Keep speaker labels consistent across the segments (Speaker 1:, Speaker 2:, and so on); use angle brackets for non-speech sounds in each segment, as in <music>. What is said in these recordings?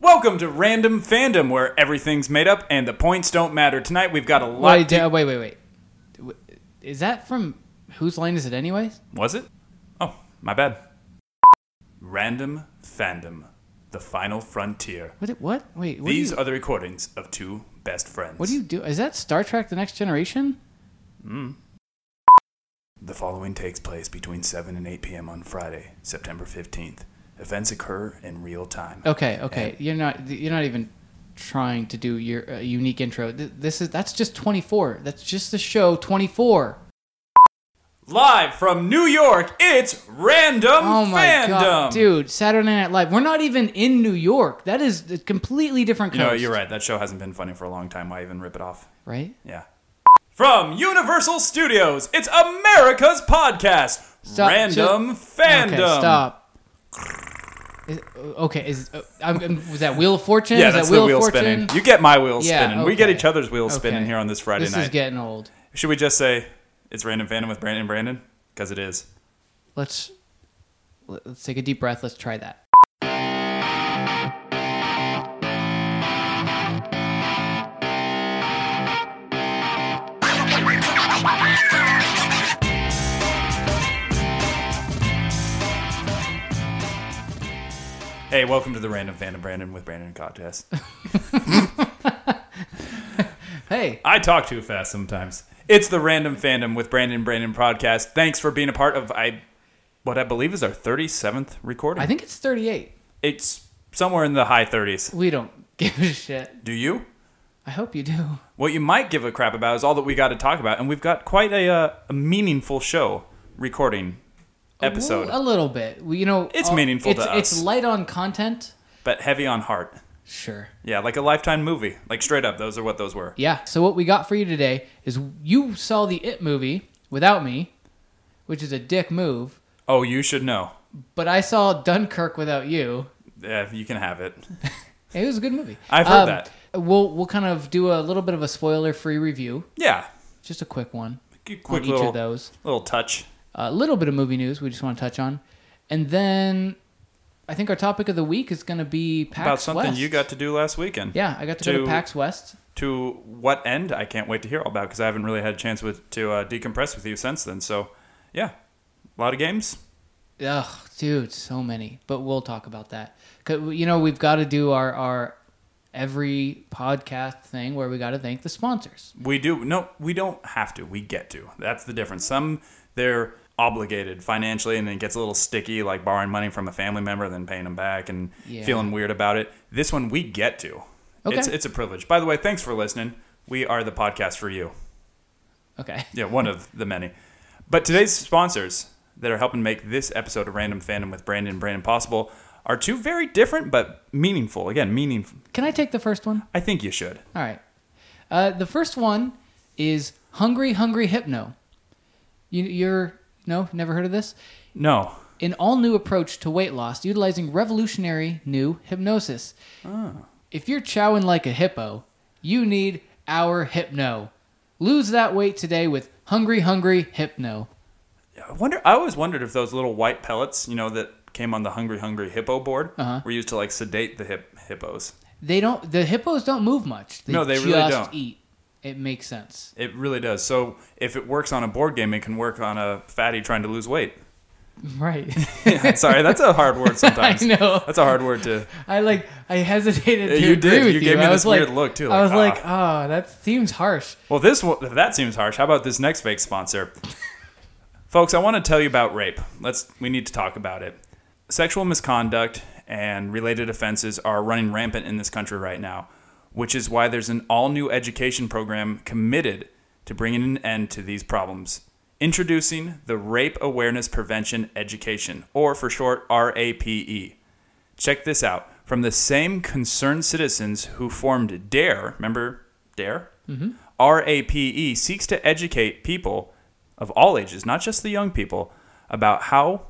Speaker 1: Welcome to Random Fandom, where everything's made up and the points don't matter. Tonight we've got a lot.
Speaker 2: Wait,
Speaker 1: to-
Speaker 2: uh, wait, wait, wait. W- Is that from whose line is it, anyways?
Speaker 1: Was it? Oh, my bad. Random Fandom, the final frontier.
Speaker 2: What? it- What? Wait. What
Speaker 1: These
Speaker 2: do you,
Speaker 1: are the recordings of two best friends.
Speaker 2: What do you do? Is that Star Trek: The Next Generation?
Speaker 1: Hmm. The following takes place between 7 and 8 p.m. on Friday, September 15th. Events occur in real time.
Speaker 2: Okay, okay. You're not. You're not even trying to do your uh, unique intro. Th- This is. That's just 24. That's just the show 24.
Speaker 1: Live from New York, it's Random
Speaker 2: Oh my
Speaker 1: Fandom.
Speaker 2: god, dude! Saturday Night Live. We're not even in New York. That is a completely different coast.
Speaker 1: No, you're right. That show hasn't been funny for a long time. Why even rip it off?
Speaker 2: Right?
Speaker 1: Yeah. From Universal Studios, it's America's podcast,
Speaker 2: Stop,
Speaker 1: Random Fandom.
Speaker 2: Okay, stop. Is, okay, is uh, I'm, I'm- was that Wheel of Fortune?
Speaker 1: Yeah,
Speaker 2: is
Speaker 1: that's
Speaker 2: that Wheel
Speaker 1: the
Speaker 2: of
Speaker 1: wheel
Speaker 2: Fortune?
Speaker 1: spinning. You get my wheel
Speaker 2: Yeah,
Speaker 1: spinning. We get
Speaker 2: okay.
Speaker 1: each other's wheels spinning
Speaker 2: Okay.
Speaker 1: here on this Friday
Speaker 2: this
Speaker 1: night.
Speaker 2: is getting old.
Speaker 1: Should we just say it's Random Fandom with Brandon and Brandon? Because it is.
Speaker 2: Let's let's take a deep breath. Let's try that.
Speaker 1: Hey, welcome to the Random Fandom Brandon with Brandon and
Speaker 2: <laughs>
Speaker 1: Contest.
Speaker 2: Hey,
Speaker 1: I talk too fast sometimes. It's the Random Fandom with Brandon and Brandon podcast. Thanks for being a part of I what I believe is our 37th recording.
Speaker 2: I think it's 38.
Speaker 1: it's somewhere in the high 30s.
Speaker 2: We don't <laughs> give a shit.
Speaker 1: Do you?
Speaker 2: I hope you do.
Speaker 1: What you might give a crap about is all that we got to talk about, and we've got quite a, uh, a meaningful show recording episode,
Speaker 2: A little, a little bit. We, you know,
Speaker 1: It's
Speaker 2: all-
Speaker 1: meaningful to
Speaker 2: it's,
Speaker 1: us.
Speaker 2: It's light on content.
Speaker 1: but heavy on heart.
Speaker 2: Sure.
Speaker 1: Yeah, like a lifetime movie. Like straight up, those are what those were.
Speaker 2: Yeah. So what we got for you today is you saw the It movie without me, which is a dick move.
Speaker 1: Oh, you should know.
Speaker 2: But I saw Dunkirk without you.
Speaker 1: Yeah, you can have it.
Speaker 2: It was a good movie. Um,
Speaker 1: I've heard that.
Speaker 2: We'll we'll kind of do a little bit of a spoiler-free review,
Speaker 1: Yeah,
Speaker 2: just a quick one
Speaker 1: G-
Speaker 2: on
Speaker 1: quick
Speaker 2: each
Speaker 1: little
Speaker 2: of those.
Speaker 1: little touch.
Speaker 2: A little bit of movie news we just want to touch on, and then I think our topic of the week is going to be PAX
Speaker 1: about something
Speaker 2: West.
Speaker 1: you got to do last weekend.
Speaker 2: Yeah, I got to, go
Speaker 1: to-
Speaker 2: to PAX West.
Speaker 1: To what end? I can't wait to hear all about because I haven't really had a chance with, to uh, decompress with you since then. So, yeah, a lot of games.
Speaker 2: Ugh, dude, so many. But we'll talk about that. 'Cause, you know we've got to do our our every podcast thing where we got to thank the sponsors.
Speaker 1: We do. No, we don't have to. We get to. That's the difference. Some they're obligated financially, and it gets a little sticky, like borrowing money from a family member and then paying them back and
Speaker 2: Yeah.
Speaker 1: feeling weird about it. This one we get to.
Speaker 2: Okay.
Speaker 1: It's it's a privilege. By the way, thanks for listening. We are the podcast for you.
Speaker 2: Okay. <laughs>
Speaker 1: Yeah, one of the many. But today's sponsors that are helping make this episode of Random Fandom with Brandon and Brandon possible are two very different but meaningful. Again, meaningful.
Speaker 2: Can I take the first one?
Speaker 1: I think you should.
Speaker 2: All right. Uh, the first one is Hungry Hungry Hypno. You, you're no, never heard of this.
Speaker 1: No.
Speaker 2: An all new approach to weight loss utilizing revolutionary new hypnosis. Ah. If you're chowing like a hippo, you need our hypno. Lose that weight today with Hungry Hungry Hypno.
Speaker 1: I wonder. I always wondered if those little white pellets, you know, that came on the Hungry Hungry Hippo board,
Speaker 2: Uh-huh.
Speaker 1: were used to like sedate the hip hippos.
Speaker 2: They don't. The hippos don't move much. They
Speaker 1: No, they
Speaker 2: just
Speaker 1: really don't.
Speaker 2: eat. It makes sense.
Speaker 1: It really does. So if it works on a board game, it can work on a fatty trying to lose weight. <laughs>
Speaker 2: Right.
Speaker 1: Yeah, sorry, that's a hard word sometimes.
Speaker 2: <laughs> I know.
Speaker 1: That's a hard word to.
Speaker 2: <laughs> I like I hesitated
Speaker 1: Yeah,
Speaker 2: to
Speaker 1: you
Speaker 2: agree
Speaker 1: did.
Speaker 2: with
Speaker 1: You
Speaker 2: you.
Speaker 1: gave me
Speaker 2: I
Speaker 1: this
Speaker 2: was like,
Speaker 1: weird look, too, like,
Speaker 2: I
Speaker 1: ah.
Speaker 2: was like, oh, that seems harsh.
Speaker 1: Well, this one- if that seems harsh. How about this next fake sponsor? Folks, I want to tell you about rape. Let's we need to talk about it. Sexual misconduct and related offenses are running rampant in this country right now, which is why there's an all-new education program committed to bringing an end to these problems. Introducing the Rape Awareness Prevention Education, or for short, RAPE. Check this out. From the same concerned citizens who formed DARE, remember DARE? Mm-hmm. RAPE E, seeks to educate people of all ages, not just the young people, about how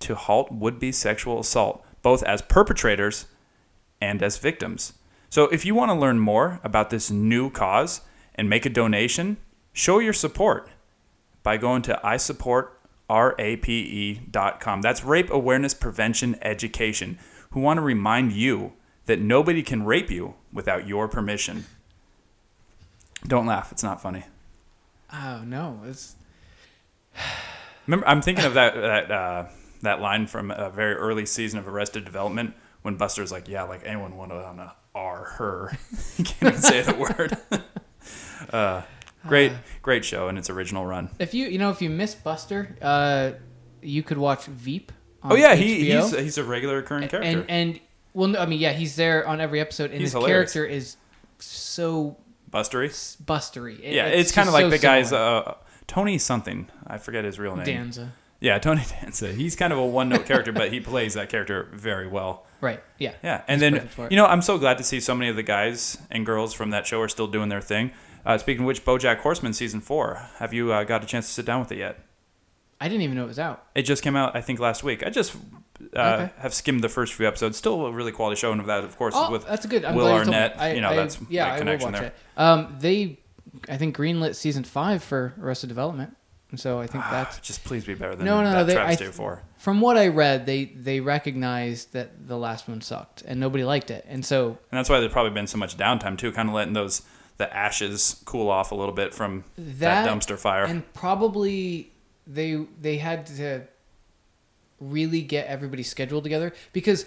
Speaker 1: to halt would be sexual assault, both as perpetrators and as victims. So if you want to learn more about this new cause and make a donation, show your support by going to E isupportrape.com. That's Rape Awareness Prevention Education, who want to remind you that nobody can rape you without your permission. Don't laugh, it's not funny.
Speaker 2: Oh no, it's
Speaker 1: Remember, I'm thinking of
Speaker 2: <laughs>
Speaker 1: that that uh, that line from a very early season of Arrested Development when Buster's like, "Yeah, like anyone want to R her?" <laughs> he can't even say the word. <laughs> uh, great, great show in its original run.
Speaker 2: if you you know if you miss Buster, uh, you could watch Veep. On
Speaker 1: Oh yeah, he,
Speaker 2: HBO.
Speaker 1: he's he's a regular recurring character.
Speaker 2: and and well, no, I mean yeah, he's there on every episode, and
Speaker 1: He's
Speaker 2: his
Speaker 1: hilarious.
Speaker 2: character is so
Speaker 1: Bustery.
Speaker 2: s- Bustery. It-
Speaker 1: Yeah, it's,
Speaker 2: just
Speaker 1: kind of like
Speaker 2: so
Speaker 1: the guy's
Speaker 2: similar.
Speaker 1: uh, Tony something. I forget his real name.
Speaker 2: Danza.
Speaker 1: Yeah, Tony <laughs> Danza. He's kind of a one-note character, but he plays that character very well.
Speaker 2: Right. Yeah.
Speaker 1: Yeah, and
Speaker 2: He's
Speaker 1: then
Speaker 2: perfect for it.
Speaker 1: you know I'm so glad to see so many of the guys and girls from that show are still doing their thing. Uh, speaking of which, BoJack Horseman season four. Have you uh, got a chance to sit down with it yet?
Speaker 2: I didn't even know it was out.
Speaker 1: It just came out, I think, last week. I just uh,
Speaker 2: Okay.
Speaker 1: have skimmed the first few episodes. Still a really quality show, and that, of course,
Speaker 2: Oh,
Speaker 1: is with
Speaker 2: that's good. I'm
Speaker 1: Will
Speaker 2: glad you told me.
Speaker 1: Arnett.
Speaker 2: I,
Speaker 1: you know,
Speaker 2: I-
Speaker 1: that's
Speaker 2: yeah,
Speaker 1: that
Speaker 2: I will
Speaker 1: connection
Speaker 2: watch
Speaker 1: there.
Speaker 2: It. Um, they, I think greenlit season five for Arrested Development, and so I think that's
Speaker 1: <sighs> Just please be better than
Speaker 2: No, no,
Speaker 1: that
Speaker 2: they-
Speaker 1: Ah, Travis
Speaker 2: I-
Speaker 1: did for.
Speaker 2: from what I read. They they recognized that the last one sucked and nobody liked it, and so
Speaker 1: And that's why there's probably been so much downtime too, kind of letting those the ashes cool off a little bit from that,
Speaker 2: That
Speaker 1: dumpster fire.
Speaker 2: and probably they they had to really get everybody scheduled together because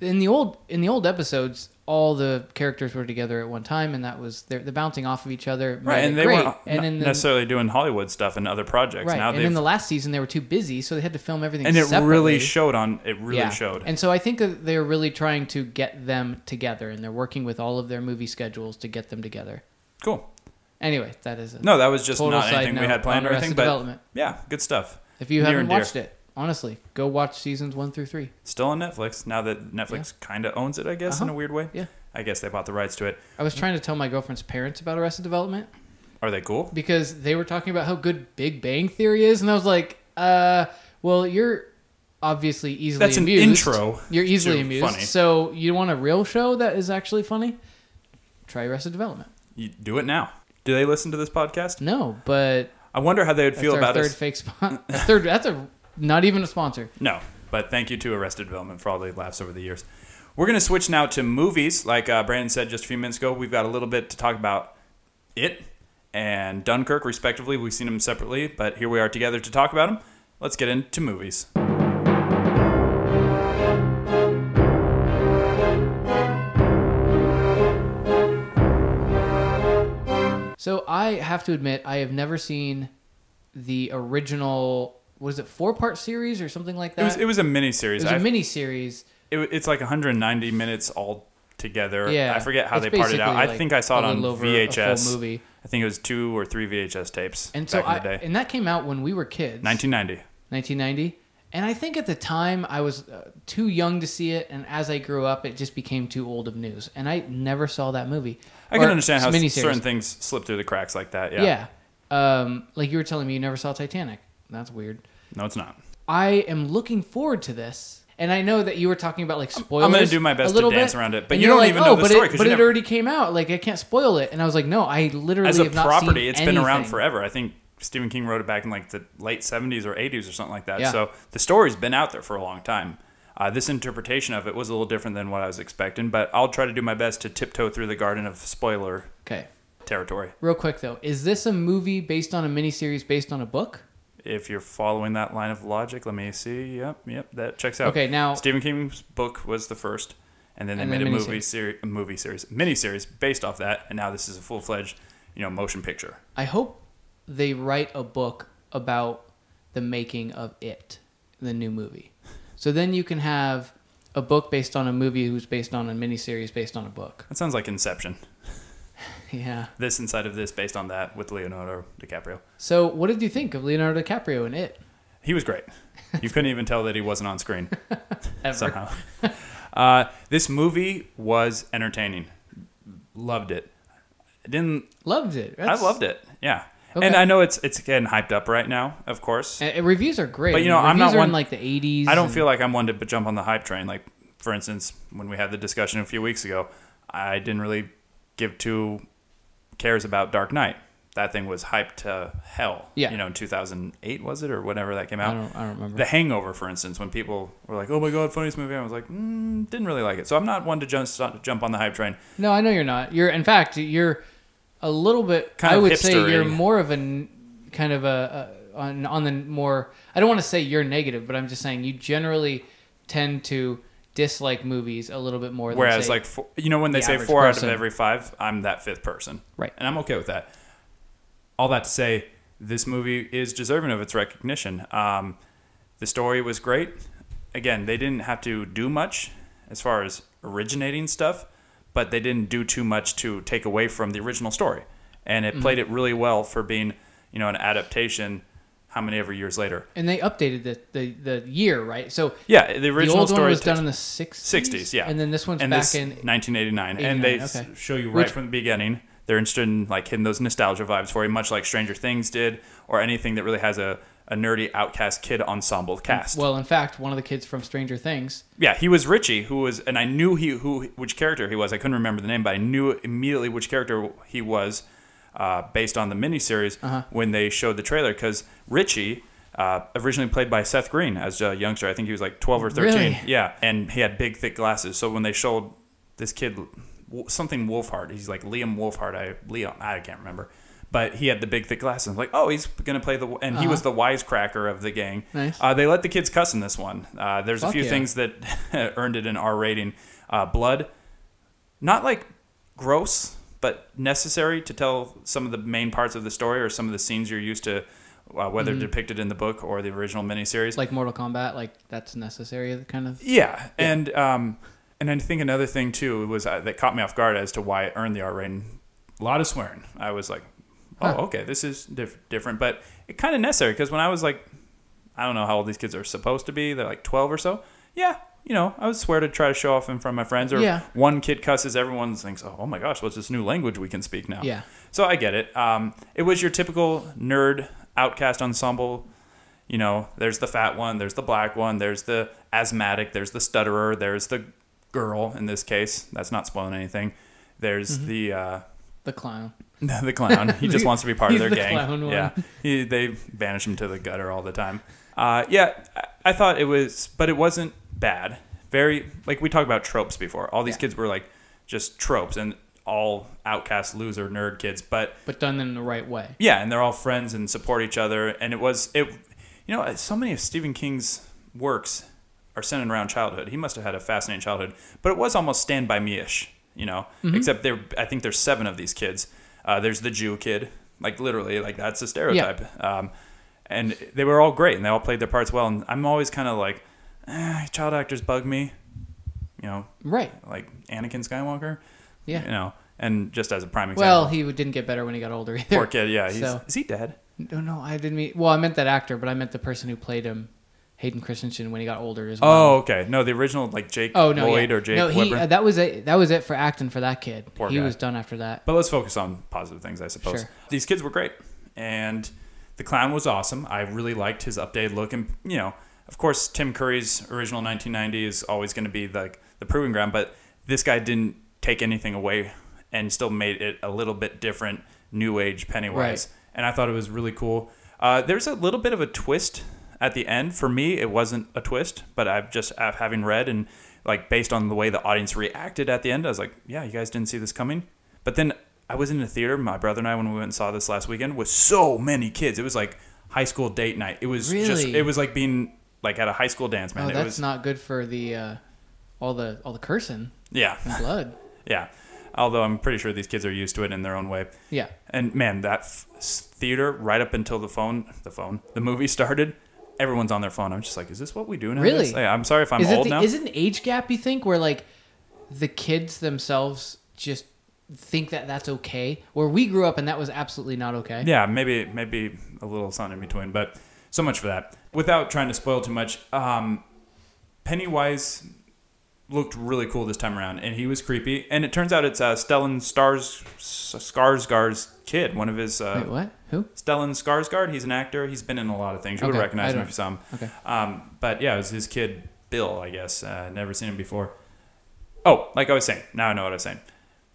Speaker 2: in the old in the old episodes all the characters were together at one time and that was they're, they're bouncing off of each other made
Speaker 1: right,
Speaker 2: it
Speaker 1: and they
Speaker 2: great.
Speaker 1: weren't
Speaker 2: and in the,
Speaker 1: necessarily doing Hollywood stuff and other projects.
Speaker 2: right
Speaker 1: Now
Speaker 2: and
Speaker 1: they've
Speaker 2: in the last season they were too busy so they had to film everything
Speaker 1: and it
Speaker 2: separately.
Speaker 1: really showed on it really
Speaker 2: Yeah.
Speaker 1: showed.
Speaker 2: and so i think that they're really trying to get them together and they're working with all of their movie schedules to get them together
Speaker 1: cool.
Speaker 2: anyway that is a
Speaker 1: No, that was just
Speaker 2: total
Speaker 1: not
Speaker 2: side
Speaker 1: anything we
Speaker 2: note
Speaker 1: had planned
Speaker 2: on
Speaker 1: or anything,
Speaker 2: Arrested
Speaker 1: but
Speaker 2: development
Speaker 1: yeah, good stuff.
Speaker 2: If you
Speaker 1: Near
Speaker 2: haven't
Speaker 1: and dear.
Speaker 2: watched it, honestly, go watch seasons one through three.
Speaker 1: Still on Netflix now that Netflix kind of owns it, I guess, in
Speaker 2: Uh-huh.
Speaker 1: a weird way.
Speaker 2: Yeah.
Speaker 1: I guess they bought the rights to it.
Speaker 2: I was trying to tell my girlfriend's parents about Arrested Development
Speaker 1: Are they cool?
Speaker 2: because they were talking about how good Big Bang Theory is, and I was like, "Uh, well, you're obviously easily
Speaker 1: That's an
Speaker 2: amused.
Speaker 1: intro
Speaker 2: You're easily
Speaker 1: to
Speaker 2: amused.
Speaker 1: funny.
Speaker 2: So you want a real show that is actually funny? Try Arrested Development.
Speaker 1: You do it now. Do they listen to this podcast?
Speaker 2: No, but
Speaker 1: I wonder how they would
Speaker 2: that's
Speaker 1: feel
Speaker 2: our
Speaker 1: about
Speaker 2: third
Speaker 1: us.
Speaker 2: fake spot. <laughs> third, that's a not even a sponsor.
Speaker 1: No, but thank you to Arrested Development for all the laughs over the years. We're going to switch now to movies. Like uh, Brandon said just a few minutes ago, we've got a little bit to talk about it and Dunkirk, respectively. We've seen them separately, but here we are together to talk about them. Let's get into movies.
Speaker 2: So I have to admit, I have never seen the original. Was it four part series or something like that?
Speaker 1: It was, it was a mini
Speaker 2: It
Speaker 1: series.
Speaker 2: was a mini series.
Speaker 1: it's like 190 minutes all together.
Speaker 2: Yeah,
Speaker 1: I forget how
Speaker 2: It's
Speaker 1: they parted it out.
Speaker 2: basically
Speaker 1: I
Speaker 2: like
Speaker 1: think I saw it
Speaker 2: a
Speaker 1: on
Speaker 2: little over a full
Speaker 1: VHS.
Speaker 2: movie.
Speaker 1: I think it was two or three VHS tapes
Speaker 2: And so
Speaker 1: back
Speaker 2: I,
Speaker 1: in the day.
Speaker 2: and that came out when we were kids,
Speaker 1: 1990.
Speaker 2: 1990. And I think at the time I was uh, too young to see it, and as I grew up, it just became too old of news, and I never saw that movie.
Speaker 1: I can
Speaker 2: Or
Speaker 1: understand how
Speaker 2: miniseries.
Speaker 1: certain things slip through the cracks like that. Yeah.
Speaker 2: Yeah, Um, like you were telling me, you never saw Titanic. That's weird.
Speaker 1: No, it's not.
Speaker 2: I am looking forward to this. And I know that you were talking about like spoilers.
Speaker 1: gonna do my best
Speaker 2: a
Speaker 1: to
Speaker 2: little
Speaker 1: dance
Speaker 2: bit,
Speaker 1: around it, but
Speaker 2: and
Speaker 1: you
Speaker 2: you were
Speaker 1: don't
Speaker 2: like,
Speaker 1: even know
Speaker 2: "Oh,
Speaker 1: the
Speaker 2: but
Speaker 1: story
Speaker 2: It,
Speaker 1: 'cause
Speaker 2: but
Speaker 1: you
Speaker 2: it
Speaker 1: never-
Speaker 2: already came out. Like I can't spoil it. And I was like, no, I literally
Speaker 1: As a
Speaker 2: have not
Speaker 1: property,
Speaker 2: seen
Speaker 1: it's
Speaker 2: anything.
Speaker 1: been around forever. I think Stephen King wrote it back in like the late 70s or 80s or something like that.
Speaker 2: Yeah.
Speaker 1: So the story's been out there for a long time. Uh, this interpretation of it was a little different than what I was expecting, but I'll try to do my best to tiptoe through the garden of spoiler
Speaker 2: Okay,
Speaker 1: territory.
Speaker 2: real quick though, is this a movie based on a miniseries based on a book?
Speaker 1: If you're following that line of logic, let me see. Yep, yep, that checks out.
Speaker 2: Okay, now-
Speaker 1: Stephen King's book was the first, and then they
Speaker 2: And
Speaker 1: made
Speaker 2: then
Speaker 1: a
Speaker 2: miniseries.
Speaker 1: movie series, a movie series, miniseries based off that, and now this is a full fledged, you know, motion picture.
Speaker 2: I hope they write a book about the making of it, the new movie. So then you can have a book based on a movie who's based on a miniseries based on a book. <laughs>
Speaker 1: That sounds like Inception.
Speaker 2: Yeah.
Speaker 1: this inside of this based on that with Leonardo DiCaprio.
Speaker 2: So what did you think of Leonardo DiCaprio in it?
Speaker 1: He was great. You couldn't even tell that he wasn't on
Speaker 2: <laughs>
Speaker 1: screen
Speaker 2: Ever.
Speaker 1: somehow. Uh, this movie was entertaining. Loved it. Didn't
Speaker 2: Loved it.
Speaker 1: I loved it? Yeah. And
Speaker 2: Okay.
Speaker 1: I know it's it's getting hyped up right now, of course.
Speaker 2: it. reviews are great.
Speaker 1: But, you know, I'm
Speaker 2: Reviews
Speaker 1: not
Speaker 2: are
Speaker 1: one-
Speaker 2: in like the 80s.
Speaker 1: I don't
Speaker 2: and-
Speaker 1: feel like I'm one to b- jump on the hype train. Like for instance, when we had the discussion a few weeks ago, I didn't really give two cares about Dark Knight. that thing was hyped to hell.
Speaker 2: Yeah.
Speaker 1: You know, in 2008 was it or whenever that came out.
Speaker 2: I don't, I don't remember.
Speaker 1: The Hangover, for instance, when people were like, "Oh my god, funniest movie," I was like, mm, "Didn't really like it." So I'm not one to jump jump on the hype train.
Speaker 2: No, I know you're not. You're in fact you're a little bit.
Speaker 1: Kind
Speaker 2: I
Speaker 1: of
Speaker 2: would say
Speaker 1: hipstery.
Speaker 2: you're more of an kind of a, a on on the more. I don't want to say you're negative, but I'm just saying you generally tend to dislike movies a little bit more. Than
Speaker 1: Whereas,
Speaker 2: say-
Speaker 1: like, four, you know, when they
Speaker 2: the
Speaker 1: say
Speaker 2: average
Speaker 1: four out
Speaker 2: person.
Speaker 1: of every five, I'm that fifth person.
Speaker 2: Right.
Speaker 1: And I'm okay with that. All that to say, this movie is deserving of its recognition. Um, the story was great. Again, they didn't have to do much as far as originating stuff, but they didn't do too much to take away from the original story. And
Speaker 2: Mm-hmm.
Speaker 1: it played it really well for being, you know, an adaptation how many ever years later.
Speaker 2: and they updated the, the the year right. So
Speaker 1: Yeah, the
Speaker 2: the
Speaker 1: original
Speaker 2: old
Speaker 1: story
Speaker 2: one was
Speaker 1: takes-
Speaker 2: done in the sixties.
Speaker 1: 60s, yeah.
Speaker 2: and then this one's
Speaker 1: and
Speaker 2: back
Speaker 1: this-
Speaker 2: in.
Speaker 1: 1989. And they
Speaker 2: 89, okay.
Speaker 1: s- show you right
Speaker 2: Which-
Speaker 1: from the beginning. They're interested in like hitting those nostalgia vibes for you, much like Stranger Things did, or anything that really has a, a nerdy outcast kid ensemble cast.
Speaker 2: Well, in fact, one of the kids from Stranger Things.
Speaker 1: yeah, he was Richie, who was, and I knew he who which character he was. I couldn't remember the name, but I knew immediately which character he was uh, based on the miniseries
Speaker 2: Uh-huh.
Speaker 1: when they showed the trailer. Because Richie, uh, originally played by Seth Green as a youngster, I think he was like 12 or 13.
Speaker 2: Really?
Speaker 1: Yeah, and he had big, thick glasses. So when they showed this kid w- something Wolfhard, he's like Liam Wolfhard. I Liam, I can't remember, but he had the big, thick glasses. I'm like, oh, he's gonna play the, and he was the wisecracker of the gang.
Speaker 2: Uh-huh. Nice.
Speaker 1: Uh, they let the kids cuss in this one. Uh, there's
Speaker 2: Fuck
Speaker 1: a few
Speaker 2: yeah.
Speaker 1: things that <laughs> earned it an R rating. Uh, blood, not like gross, but necessary to tell some of the main parts of the story or some of the scenes you're used to, uh, whether
Speaker 2: Mm-hmm.
Speaker 1: depicted in the book or the original miniseries.
Speaker 2: Like Mortal Kombat, like that's necessary kind of.
Speaker 1: Yeah, and um, and I think another thing too was uh, that caught me off guard as to why it earned the R rating. A lot of swearing. I was like, oh,
Speaker 2: Huh.
Speaker 1: okay, this is diff- different, but it kind of necessary because when I was like, I don't know how old these kids are supposed to be. They're like twelve or so. Yeah. You know, I would swear to try to show off in front of my friends, or
Speaker 2: Yeah.
Speaker 1: one kid cusses, everyone thinks, "Oh, oh my gosh, what's this new language we can speak now?"
Speaker 2: Yeah.
Speaker 1: So I get it. Um, it was your typical nerd outcast ensemble. You know, there's the fat one, there's the black one, there's the asthmatic, there's the stutterer, there's the girl in this case. That's not spoiling anything. There's
Speaker 2: Mm-hmm.
Speaker 1: the uh, <laughs>
Speaker 2: The clown.
Speaker 1: the clown. He
Speaker 2: <laughs>
Speaker 1: just wants to be part of
Speaker 2: He's
Speaker 1: their
Speaker 2: the
Speaker 1: gang.
Speaker 2: clown one.
Speaker 1: Yeah, he, they banish him to the gutter all the time. Uh, yeah, I, I thought it was, but it wasn't bad. Very like we talked about tropes before. All these
Speaker 2: Yeah.
Speaker 1: kids were like just tropes and all outcast loser nerd kids, but
Speaker 2: But done in the right way.
Speaker 1: yeah, and they're all friends and support each other. And it was it, you know, so many of Stephen King's works are centered around childhood. He must have had a fascinating childhood, but it was almost Stand by Me ish, you know.
Speaker 2: Mm-hmm.
Speaker 1: Except there, I think there's seven of these kids. Uh, there's the Jew kid, like literally, like that's a stereotype. Um, and they were all great, and they all played their parts well. And I'm always kind of like, eh, child actors bug me, you know,
Speaker 2: Right.
Speaker 1: like Anakin Skywalker,
Speaker 2: Yeah.
Speaker 1: you know. And just as a prime example,
Speaker 2: Well, he didn't get better when he got older either.
Speaker 1: poor kid, yeah, he's,
Speaker 2: so-
Speaker 1: is he dead?
Speaker 2: <laughs> No, no, I didn't mean. Well, I meant that actor, but I meant the person who played him, Hayden Christensen, when he got older as well.
Speaker 1: Oh, okay. No, the original like Jake
Speaker 2: oh no,
Speaker 1: Lloyd
Speaker 2: yeah.
Speaker 1: or Jake
Speaker 2: no, he,
Speaker 1: Weber.
Speaker 2: uh, that was it. That was it for acting for that kid.
Speaker 1: Poor
Speaker 2: he
Speaker 1: guy.
Speaker 2: was done after that.
Speaker 1: but let's focus on positive things, I suppose.
Speaker 2: Sure.
Speaker 1: These kids were great, and the clown was awesome. I really liked his updated look, and you know, of course, Tim Curry's original 1990 is always going to be like the proving ground. But this guy didn't take anything away, and still made it a little bit different, new age Pennywise. And I thought it was really cool. Uh, there's a little bit of a twist at the end for me it wasn't a twist but i've just i having read and like based on the way the audience reacted at the end i was like yeah you guys didn't see this coming but then i was in the theater my brother and i when we went and saw this last weekend with so many kids it was like high school date night it was just
Speaker 2: Really?
Speaker 1: it was like being like at a high school dance man
Speaker 2: oh,
Speaker 1: it
Speaker 2: that's
Speaker 1: was
Speaker 2: not good for the uh, all the all the cursing
Speaker 1: yeah
Speaker 2: and blood.
Speaker 1: yeah although i'm pretty sure these kids are used to it in their own way
Speaker 2: yeah,
Speaker 1: and man, that f- theater right up until the phone, the phone, the movie <laughs> started, everyone's on their phone. I'm just like, is this what we do now?
Speaker 2: Really?
Speaker 1: I'm sorry if I'm
Speaker 2: is it
Speaker 1: old
Speaker 2: the,
Speaker 1: now.
Speaker 2: is it an age gap? You think where like the kids themselves just think that that's okay, where we grew up and that was absolutely not okay.
Speaker 1: yeah, maybe maybe a little something in between, but so much for that. Without trying to spoil too much, um, Pennywise looked really cool this time around, and he was creepy. And it turns out it's uh, Stellan Stars Skarsgård's kid, one of his uh,
Speaker 2: Wait, what? Who?
Speaker 1: Stellan Skarsgård. He's an actor. He's been in a lot of things. You would
Speaker 2: Okay, I
Speaker 1: recognize him
Speaker 2: don't-
Speaker 1: if you saw him.
Speaker 2: Okay.
Speaker 1: Um, but yeah, it was his kid Bill, I guess. Uh, never seen him before. Oh, like I was saying. Now I know what I was saying.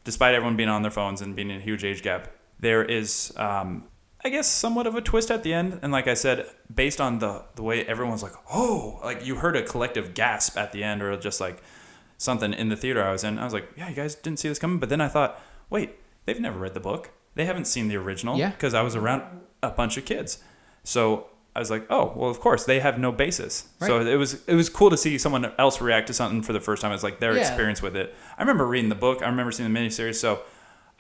Speaker 1: Despite everyone being on their phones and being in a huge age gap, There is, um, I guess, somewhat of a twist at the end. And like I said, based on the, the way everyone's like, oh, like you heard a collective gasp at the end or just like something in the theater I was in. I was like, yeah, you guys didn't see this coming. But then I thought, wait, they've never read the book. They haven't seen the original
Speaker 2: Yeah.
Speaker 1: because I was around a bunch of kids. So I was like, oh, well, of course they have no basis. So
Speaker 2: Right.
Speaker 1: it was it was cool to see someone else react to something for the first time. It's like their
Speaker 2: Yeah.
Speaker 1: experience with it. I remember reading the book. I remember seeing the miniseries. So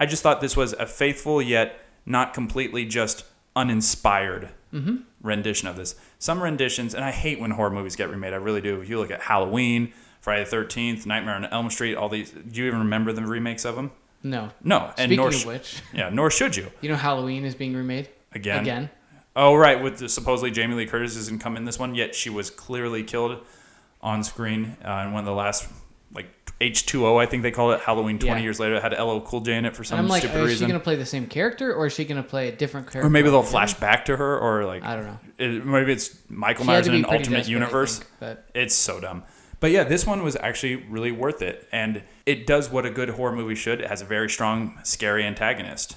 Speaker 1: I just thought this was a faithful yet not completely just uninspired
Speaker 2: Mm-hmm.
Speaker 1: rendition of this. Some renditions, and I hate when horror movies get remade. I really do. If you look at Halloween, Friday the Thirteenth, Nightmare on Elm Street, all these. Do you even remember the remakes of them?
Speaker 2: No.
Speaker 1: No, and
Speaker 2: Speaking
Speaker 1: nor
Speaker 2: of
Speaker 1: sh-
Speaker 2: which,
Speaker 1: yeah, nor should you.
Speaker 2: you know Halloween is being remade
Speaker 1: Again.
Speaker 2: Again.
Speaker 1: Oh right, with the supposedly Jamie Lee Curtis isn't come in this one yet. She was clearly killed on screen uh, in one of the last like H two O. I think they call it Halloween twenty
Speaker 2: Yeah.
Speaker 1: years later. It had LL Cool J in it for
Speaker 2: And
Speaker 1: some
Speaker 2: I'm like, oh,
Speaker 1: stupid
Speaker 2: is she
Speaker 1: reason.
Speaker 2: gonna play the same character or is she gonna play a different character?
Speaker 1: Or maybe they'll flash back to her, or like
Speaker 2: I don't know.
Speaker 1: it, maybe it's Michael
Speaker 2: She had
Speaker 1: Myers
Speaker 2: to
Speaker 1: in an
Speaker 2: be pretty
Speaker 1: alternate
Speaker 2: desperate, I
Speaker 1: universe.
Speaker 2: think, but
Speaker 1: It's so dumb. But yeah, this one was actually really worth it. And it does what a good horror movie should. It has a very strong, scary antagonist.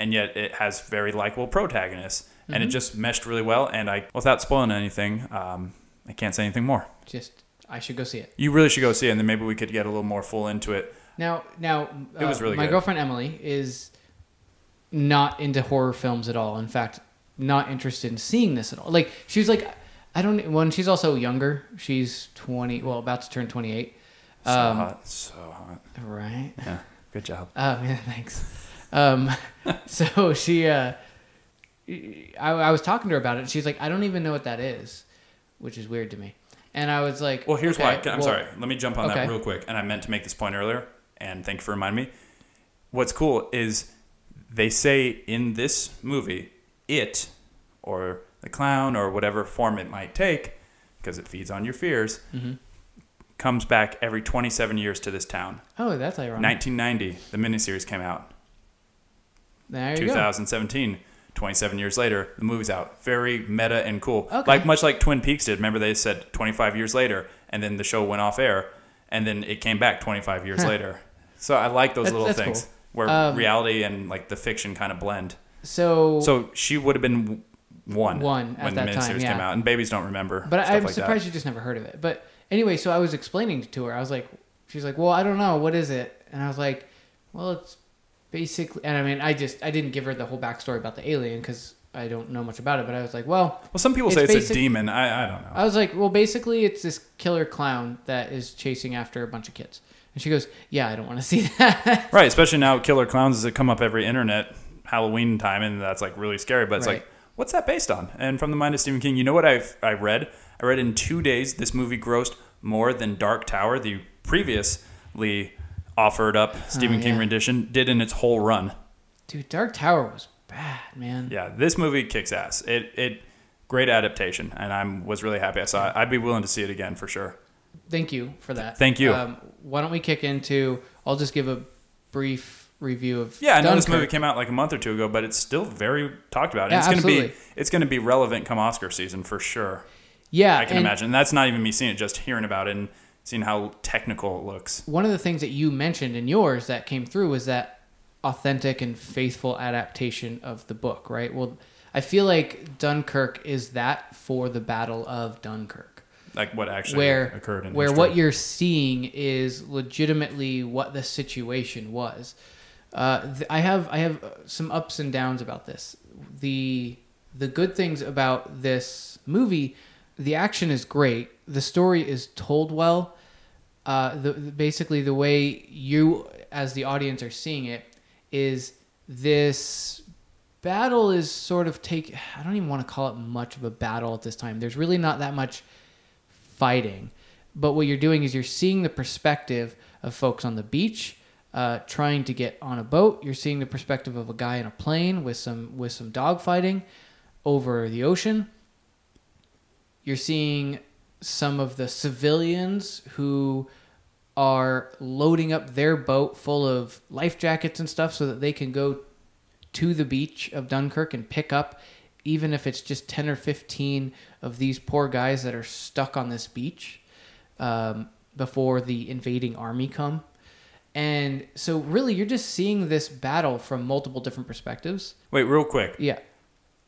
Speaker 1: And yet it has very likable protagonists. And it just meshed really well. And I, without spoiling anything, um, I can't say anything more.
Speaker 2: just I should go see it.
Speaker 1: You really should go see it, and then maybe we could get a little more full into it.
Speaker 2: Now, now, uh,
Speaker 1: It was really
Speaker 2: my
Speaker 1: good.
Speaker 2: girlfriend Emily is not into horror films at all. In fact, not interested in seeing this at all. Like she was like, I don't. When she's also younger, she's twenty. Well, about to turn twenty eight.
Speaker 1: So
Speaker 2: Um,
Speaker 1: hot. So hot.
Speaker 2: right. <laughs>
Speaker 1: Yeah. Good job.
Speaker 2: Oh yeah, thanks. Um, <laughs> so she, uh, I, I was talking to her about it. And she's like, I don't even know what that is, which is weird to me. And I was like,
Speaker 1: Well, here's why.
Speaker 2: okay,
Speaker 1: Can- I'm
Speaker 2: well,
Speaker 1: sorry. Let me jump on
Speaker 2: okay.
Speaker 1: that real quick. And I meant to make this point earlier, and thank you for reminding me. What's cool is they say in this movie, it or the clown or whatever form it might take, because it feeds on your fears,
Speaker 2: Mm-hmm.
Speaker 1: comes back every 27 years to this town.
Speaker 2: Oh, that's ironic.
Speaker 1: 1990, the miniseries came out.
Speaker 2: there you go.
Speaker 1: 2017, 27 years later, the movie's out. Very meta and cool.
Speaker 2: Okay.
Speaker 1: Like much like Twin Peaks did. Remember they said 25 years later, and then the show went off air, and then it came back 25 years
Speaker 2: Huh.
Speaker 1: later. So I like those
Speaker 2: That's-
Speaker 1: little
Speaker 2: that's
Speaker 1: things
Speaker 2: cool.
Speaker 1: where
Speaker 2: Um,
Speaker 1: reality and like the fiction kind of blend.
Speaker 2: So,
Speaker 1: So she would have been w- one,
Speaker 2: One at
Speaker 1: when
Speaker 2: that
Speaker 1: the
Speaker 2: time,
Speaker 1: miniseries came
Speaker 2: yeah.
Speaker 1: out, and babies don't remember.
Speaker 2: but
Speaker 1: stuff
Speaker 2: I'm
Speaker 1: like
Speaker 2: surprised you just never heard of it. But anyway, so I was explaining to her. I was like, she's like, well, I don't know. What is it? And I was like, well, it's basically, and I mean, I just, I didn't give her the whole backstory about the alien cause I don't know much about it, but I was like, well,
Speaker 1: That. Well, some people
Speaker 2: it's
Speaker 1: say it's
Speaker 2: basic-
Speaker 1: a demon. I, I don't know.
Speaker 2: I was like, well, basically, it's this killer clown that is chasing after a bunch of kids. And she goes, yeah, I don't want to <laughs> see that.
Speaker 1: Right, especially now killer clowns is it come up every internet Halloween time and that's like really scary, but it's
Speaker 2: Right.
Speaker 1: like what's that based on? And from the mind of Stephen King, you know what I I read? I read in 2 days this movie grossed more than Dark Tower, the previously offered up Stephen King
Speaker 2: Oh, yeah.
Speaker 1: rendition did in its whole run.
Speaker 2: Dude, Dark Tower was bad, man.
Speaker 1: Yeah, this movie kicks ass. It it great adaptation and I'm was really happy I saw it. I'd be willing to see it again for sure.
Speaker 2: Thank you for that.
Speaker 1: Thank you.
Speaker 2: Um, why don't we kick into? I'll just give a brief review of.
Speaker 1: Yeah, I know this
Speaker 2: Dunkirk.
Speaker 1: movie came out like a month or two ago, but it's still very talked about. And
Speaker 2: Yeah,
Speaker 1: it's gonna be
Speaker 2: absolutely.
Speaker 1: it's gonna be relevant come Oscar season for sure.
Speaker 2: Yeah,
Speaker 1: I can
Speaker 2: and
Speaker 1: imagine. And that's not even me seeing it, just hearing about it and seeing how technical it looks.
Speaker 2: One of the things that you mentioned in yours that came through was that authentic and faithful adaptation of the book, right? Well, I feel like Dunkirk is that for the Battle of Dunkirk.
Speaker 1: Like what actually
Speaker 2: where
Speaker 1: occurred in
Speaker 2: where
Speaker 1: history.
Speaker 2: what you're seeing is legitimately what the situation was. Uh, th- I have I have uh, some ups and downs about this. the The good things about this movie, the action is great. The story is told well. Uh, the, the- basically, the way you as the audience are seeing it is this battle is sort of take. I don't even want to call it much of a battle at this time. There's really not that much fighting. But what you're doing is you're seeing the perspective of folks on the beach uh, trying to get on a boat. You're seeing the perspective of a guy in a plane with some with some dogfighting over the ocean. You're seeing some of the civilians who are loading up their boat full of life jackets and stuff so that they can go to the beach of Dunkirk and pick up, even if it's just 10 or 15 of these poor guys that are stuck on this beach um, before the invading army come. And so, really, you're just seeing this battle from multiple different perspectives.
Speaker 1: Wait, real quick.
Speaker 2: Yeah.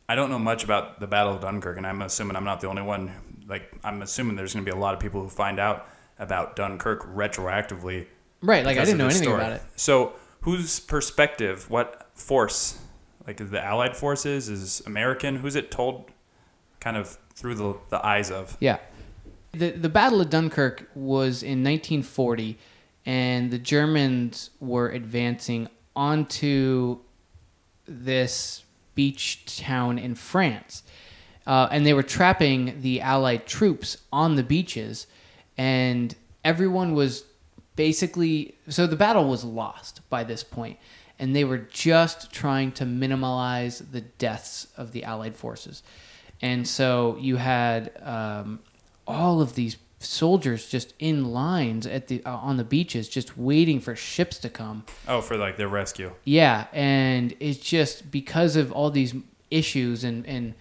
Speaker 1: I don't know much about the Battle of Dunkirk, and I'm assuming I'm not the only one. Like, I'm assuming there's going to be a lot of people who find out about Dunkirk retroactively.
Speaker 2: Right. Like, I
Speaker 1: because
Speaker 2: didn't
Speaker 1: of
Speaker 2: know
Speaker 1: this
Speaker 2: anything
Speaker 1: story.
Speaker 2: about it.
Speaker 1: So, whose perspective? What force? Like the Allied forces is American. Who's it told? Kind of through the the eyes of.
Speaker 2: Yeah. The, the Battle of Dunkirk was in 1940, and the Germans were advancing onto this beach town in France. Uh, and they were trapping the Allied troops on the beaches, and everyone was basically. So the battle was lost by this point, and they were just trying to minimize the deaths of the Allied forces. And so you had um, all of these soldiers just in lines at the uh, on the beaches, just waiting for ships to come.
Speaker 1: Oh, for like their rescue.
Speaker 2: Yeah, and it's just because of all these issues and and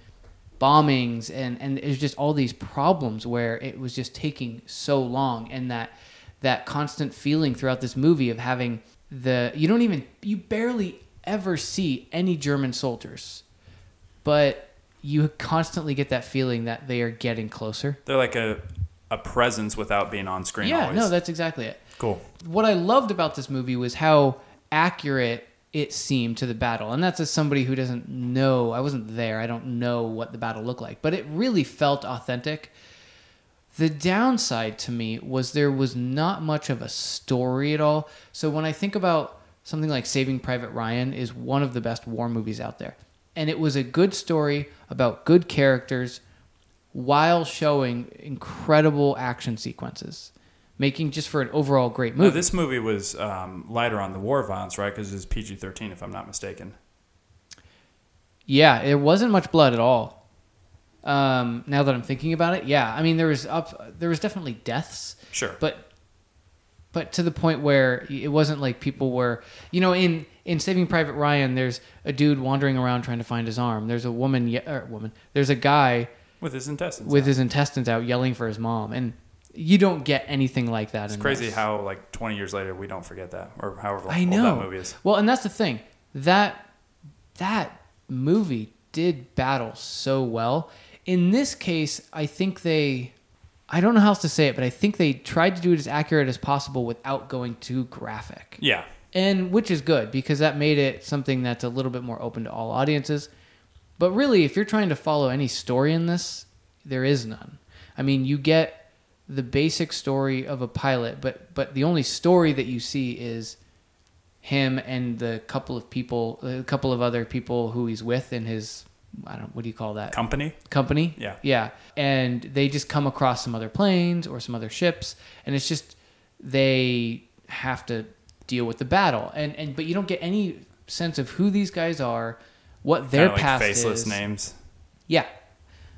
Speaker 2: bombings and and there's just all these problems where it was just taking so long and that that constant feeling throughout this movie of having the you don't even you barely ever see any German soldiers, but you constantly get that feeling that they are getting closer.
Speaker 1: They're like a a presence without being on screen.
Speaker 2: Yeah,
Speaker 1: always.
Speaker 2: no, that's exactly it.
Speaker 1: cool.
Speaker 2: what I loved about this movie was how accurate it seemed to the battle. And that's as somebody who doesn't know, I wasn't there, I don't know what the battle looked like, but it really felt authentic. The downside to me was there was not much of a story at all. So when I think about something like Saving Private Ryan is one of the best war movies out there. And it was a good story about good characters while showing incredible action sequences, making just for an overall great
Speaker 1: No,
Speaker 2: movie.
Speaker 1: this movie was um, lighter on the war violence, right? Because it's PG thirteen, if I'm not mistaken.
Speaker 2: Yeah, there wasn't much blood at all. Um, now that I'm thinking about it, yeah, I mean there was up, there was definitely deaths,
Speaker 1: Sure.
Speaker 2: but but to the point where it wasn't like people were, you know, in in Saving Private Ryan, there's a dude wandering around trying to find his arm. There's a woman, ye- or woman. There's a guy
Speaker 1: with his intestines.
Speaker 2: with
Speaker 1: out.
Speaker 2: his intestines out yelling for his mom, and you don't get anything like that.
Speaker 1: it's
Speaker 2: in
Speaker 1: crazy
Speaker 2: this.
Speaker 1: how like 20 years later we don't forget that, or however
Speaker 2: I
Speaker 1: old
Speaker 2: know.
Speaker 1: that movie is.
Speaker 2: Well, and that's the thing that that movie did battle so well. In this case, I think they, I don't know how else to say it, but I think they tried to do it as accurate as possible without going too graphic,
Speaker 1: Yeah,
Speaker 2: and which is good because that made it something that's a little bit more open to all audiences. But really, if you're trying to follow any story in this, there is none. I mean, you get the basic story of a pilot, but but the only story that you see is him and the couple of people, a couple of other people who he's with in his I don't what do you call that
Speaker 1: company.
Speaker 2: company?
Speaker 1: Yeah.
Speaker 2: yeah, and they just come across some other planes or some other ships, and it's just they have to deal with the battle, and and but you don't get any sense of who these guys are, what their
Speaker 1: Kinda like
Speaker 2: past
Speaker 1: faceless
Speaker 2: is.
Speaker 1: names.
Speaker 2: Yeah,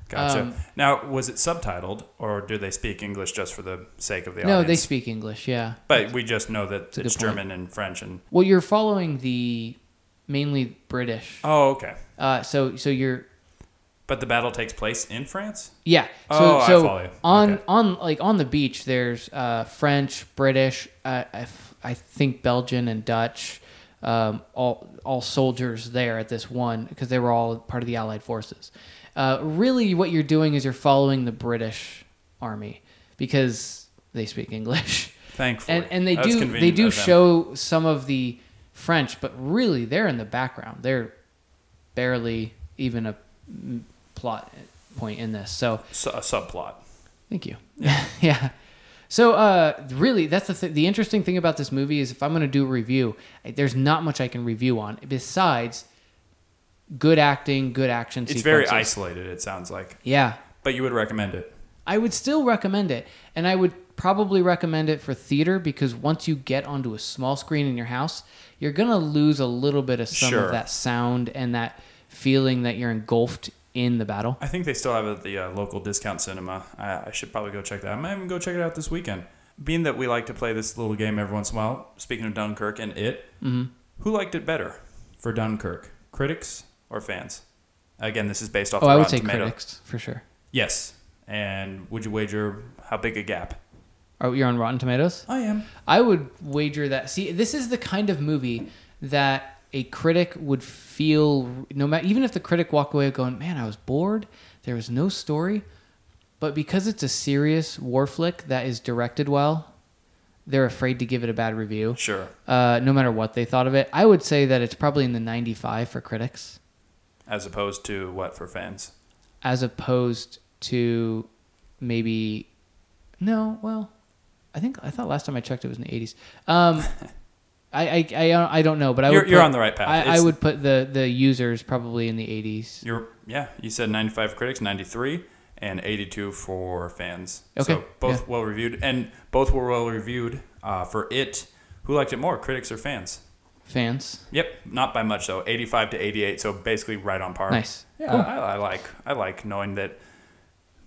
Speaker 1: Gotcha.
Speaker 2: Um,
Speaker 1: now, was it subtitled, or do they speak English just for the sake of the
Speaker 2: no,
Speaker 1: audience?
Speaker 2: they speak English. Yeah,
Speaker 1: But we just know that it's
Speaker 2: a good point.
Speaker 1: German and French and.
Speaker 2: well, you're following the mainly British,
Speaker 1: Oh, okay.
Speaker 2: uh, so so you're
Speaker 1: But the battle takes place in France.
Speaker 2: Yeah. So,
Speaker 1: Oh, I
Speaker 2: so
Speaker 1: follow you.
Speaker 2: on
Speaker 1: Okay.
Speaker 2: on like on the beach, there's uh, French, British, uh, I, f- I think Belgian and Dutch, um, all all soldiers there at this one because they were all part of the Allied forces. Uh, really, what you're doing is you're following the British army because they speak
Speaker 1: <laughs>
Speaker 2: English,
Speaker 1: Thankfully,
Speaker 2: and and they
Speaker 1: That's
Speaker 2: do they
Speaker 1: convenient
Speaker 2: do
Speaker 1: of them.
Speaker 2: show some of the French, but really they're in the background. They're barely even a mm, plot point in this. So.
Speaker 1: Su- a subplot.
Speaker 2: Thank you. <laughs> Yeah. So, uh, really, that's the th- the interesting thing about this movie is if I'm going to do a review, I- there's not much I can review on besides good acting, good action.
Speaker 1: It's very
Speaker 2: sequences.
Speaker 1: isolated. It sounds like,
Speaker 2: Yeah,
Speaker 1: but you would recommend it.
Speaker 2: I would still recommend it, and I would probably recommend it for theater because once you get onto a small screen in your house, you're gonna lose a little bit of some
Speaker 1: Sure.
Speaker 2: of that sound and that feeling that you're engulfed in the battle.
Speaker 1: I think they still have it at the uh, local discount cinema. I, I should probably go check that. I might even go check it out this weekend. Being that we like to play this little game every once in a while, speaking of Dunkirk and it,
Speaker 2: Mm-hmm.
Speaker 1: who liked it better for Dunkirk? Critics or fans? Again, this is based off
Speaker 2: Oh,
Speaker 1: the
Speaker 2: I would
Speaker 1: Rotten
Speaker 2: say
Speaker 1: Tomato.
Speaker 2: critics for sure.
Speaker 1: Yes. And would you wager how big a gap?
Speaker 2: Oh, you're on Rotten Tomatoes?
Speaker 1: I am.
Speaker 2: I would wager that. See, this is the kind of movie that a critic would feel no matter even if the critic walked away going, "Man, I was bored. There was no story." But because it's a serious war flick that is directed well, they're afraid to give it a bad review.
Speaker 1: Sure.
Speaker 2: Uh, no matter what they thought of it, I would say that it's probably in the 95 for critics
Speaker 1: As opposed to what for fans?
Speaker 2: as opposed to maybe no well i think i thought last time i checked it was in the 80s um I, I i don't- i don't know but i
Speaker 1: You're-
Speaker 2: would
Speaker 1: you're
Speaker 2: put-
Speaker 1: on the right path.
Speaker 2: I, I
Speaker 1: It's-
Speaker 2: would put the the users probably in the 80s
Speaker 1: You're yeah. You said 95 critics, 93, and 82 for fans.
Speaker 2: Okay,
Speaker 1: So both
Speaker 2: yeah.
Speaker 1: well reviewed, and both were well reviewed. Uh, for it, who liked it more, critics or fans?
Speaker 2: fans
Speaker 1: Yep, not by much though. 85 to 88, so basically right on par.
Speaker 2: Nice.
Speaker 1: Yeah,
Speaker 2: Cool.
Speaker 1: I, I like I like knowing that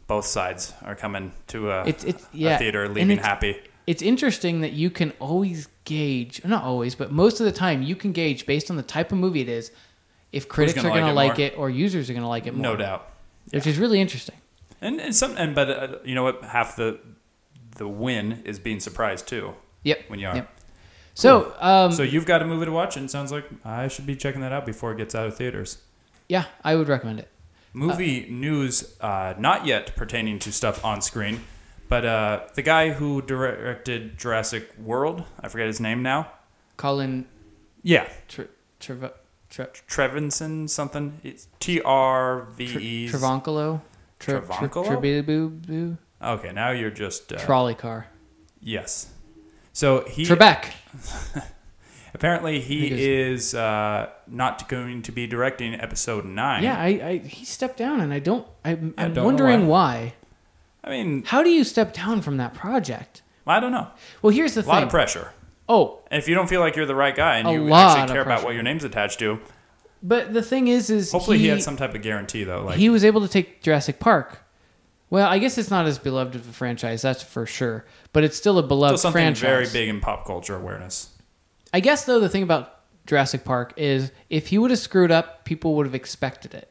Speaker 1: both sides are coming to a,
Speaker 2: It's- it's-
Speaker 1: a
Speaker 2: yeah,
Speaker 1: theater
Speaker 2: and
Speaker 1: leaving
Speaker 2: it's-
Speaker 1: happy.
Speaker 2: it's interesting that you can always gauge not always but most of the time you can gauge based on the type of movie it is if critics
Speaker 1: gonna
Speaker 2: are going to
Speaker 1: like
Speaker 2: like,
Speaker 1: it
Speaker 2: it or users are going to like it more
Speaker 1: No doubt.
Speaker 2: which is really interesting
Speaker 1: And, and some and but uh, you know what? Half the the win is being surprised too.
Speaker 2: yep
Speaker 1: When you are.
Speaker 2: yep. so um
Speaker 1: So you've got a movie to watch, and it sounds like I should be checking that out before it gets out of theaters.
Speaker 2: yeah i would recommend it
Speaker 1: Movie news, uh, not yet pertaining to stuff on screen, but uh, the guy who directed Jurassic World, I forget his name now.
Speaker 2: colin
Speaker 1: Yeah,
Speaker 2: Tre- Treva- Tre-
Speaker 1: Trevinson something. It's T R V
Speaker 2: Tre-
Speaker 1: E.
Speaker 2: Travankolo? Tre- tre-
Speaker 1: Travankolo?
Speaker 2: Trebiboo?
Speaker 1: Okay, now you're just uh,
Speaker 2: Trolley car.
Speaker 1: yes. So he
Speaker 2: Trebek.
Speaker 1: apparently he
Speaker 2: I think
Speaker 1: is uh, not going to be directing episode nine.
Speaker 2: Yeah, I, I he stepped down, and I don't. I'm,
Speaker 1: Yeah, don't
Speaker 2: I'm
Speaker 1: know
Speaker 2: wondering why.
Speaker 1: I mean,
Speaker 2: How do you step down from that project?
Speaker 1: I don't know.
Speaker 2: Well, here's the
Speaker 1: A lot
Speaker 2: thing.
Speaker 1: of pressure.
Speaker 2: oh,
Speaker 1: And if you don't feel like you're the right guy and
Speaker 2: A
Speaker 1: you
Speaker 2: lot
Speaker 1: actually
Speaker 2: of
Speaker 1: care about
Speaker 2: pressure.
Speaker 1: what your name's attached to,
Speaker 2: but the thing is, is
Speaker 1: hopefully he,
Speaker 2: he
Speaker 1: had some type of guarantee though. Like
Speaker 2: he was able to take Jurassic Park. Well, I guess it's not as beloved of a franchise, that's for sure. But it's still a beloved
Speaker 1: still something
Speaker 2: franchise.
Speaker 1: very big in pop culture awareness.
Speaker 2: I guess though the thing about Jurassic Park is if he would have screwed up, people would have expected it,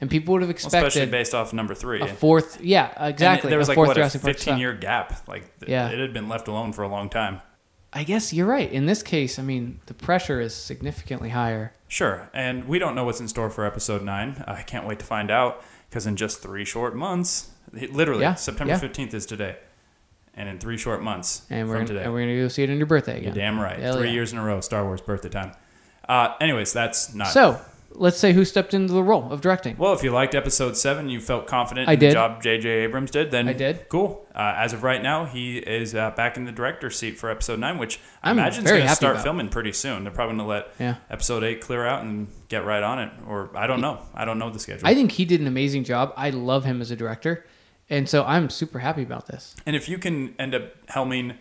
Speaker 2: and people would have
Speaker 1: Well,
Speaker 2: expected
Speaker 1: especially based off number three.
Speaker 2: a
Speaker 1: And
Speaker 2: fourth. Yeah, exactly.
Speaker 1: there was
Speaker 2: a
Speaker 1: like
Speaker 2: fourth
Speaker 1: what
Speaker 2: Jurassic
Speaker 1: a
Speaker 2: Park
Speaker 1: fifteen
Speaker 2: stop.
Speaker 1: year gap. Like th-
Speaker 2: Yeah.
Speaker 1: it had been left alone for a long time.
Speaker 2: I guess you're right. In this case, I mean, the pressure is significantly higher.
Speaker 1: Sure, and we don't know what's in store for episode nine. I can't wait to find out because in just three short months, it- literally
Speaker 2: Yeah,
Speaker 1: September
Speaker 2: yeah.
Speaker 1: fifteenth is today, and in three short months
Speaker 2: And we're
Speaker 1: from
Speaker 2: gonna,
Speaker 1: today,
Speaker 2: and we're gonna go see it on your birthday
Speaker 1: you're
Speaker 2: again.
Speaker 1: damn right.
Speaker 2: Hell
Speaker 1: Three
Speaker 2: yeah.
Speaker 1: years in a row, Star Wars birthday time. Uh, anyways, that's not
Speaker 2: So let's say who stepped into the role of directing.
Speaker 1: Well, if you liked episode seven, you felt confident
Speaker 2: I
Speaker 1: in the
Speaker 2: did.
Speaker 1: job J.J. Abrams did, then
Speaker 2: I did.
Speaker 1: Cool. Uh, as of right now, he is uh, back in the director's seat for episode nine, which I
Speaker 2: I'm
Speaker 1: imagine is
Speaker 2: very
Speaker 1: going to
Speaker 2: happy
Speaker 1: start
Speaker 2: about.
Speaker 1: filming pretty soon. They're probably going to let
Speaker 2: Yeah.
Speaker 1: episode eight clear out and get right on it, or I don't know. I don't know the schedule.
Speaker 2: I think he did an amazing job. I love him as a director, and so I'm super happy about this.
Speaker 1: and if you can end up helming,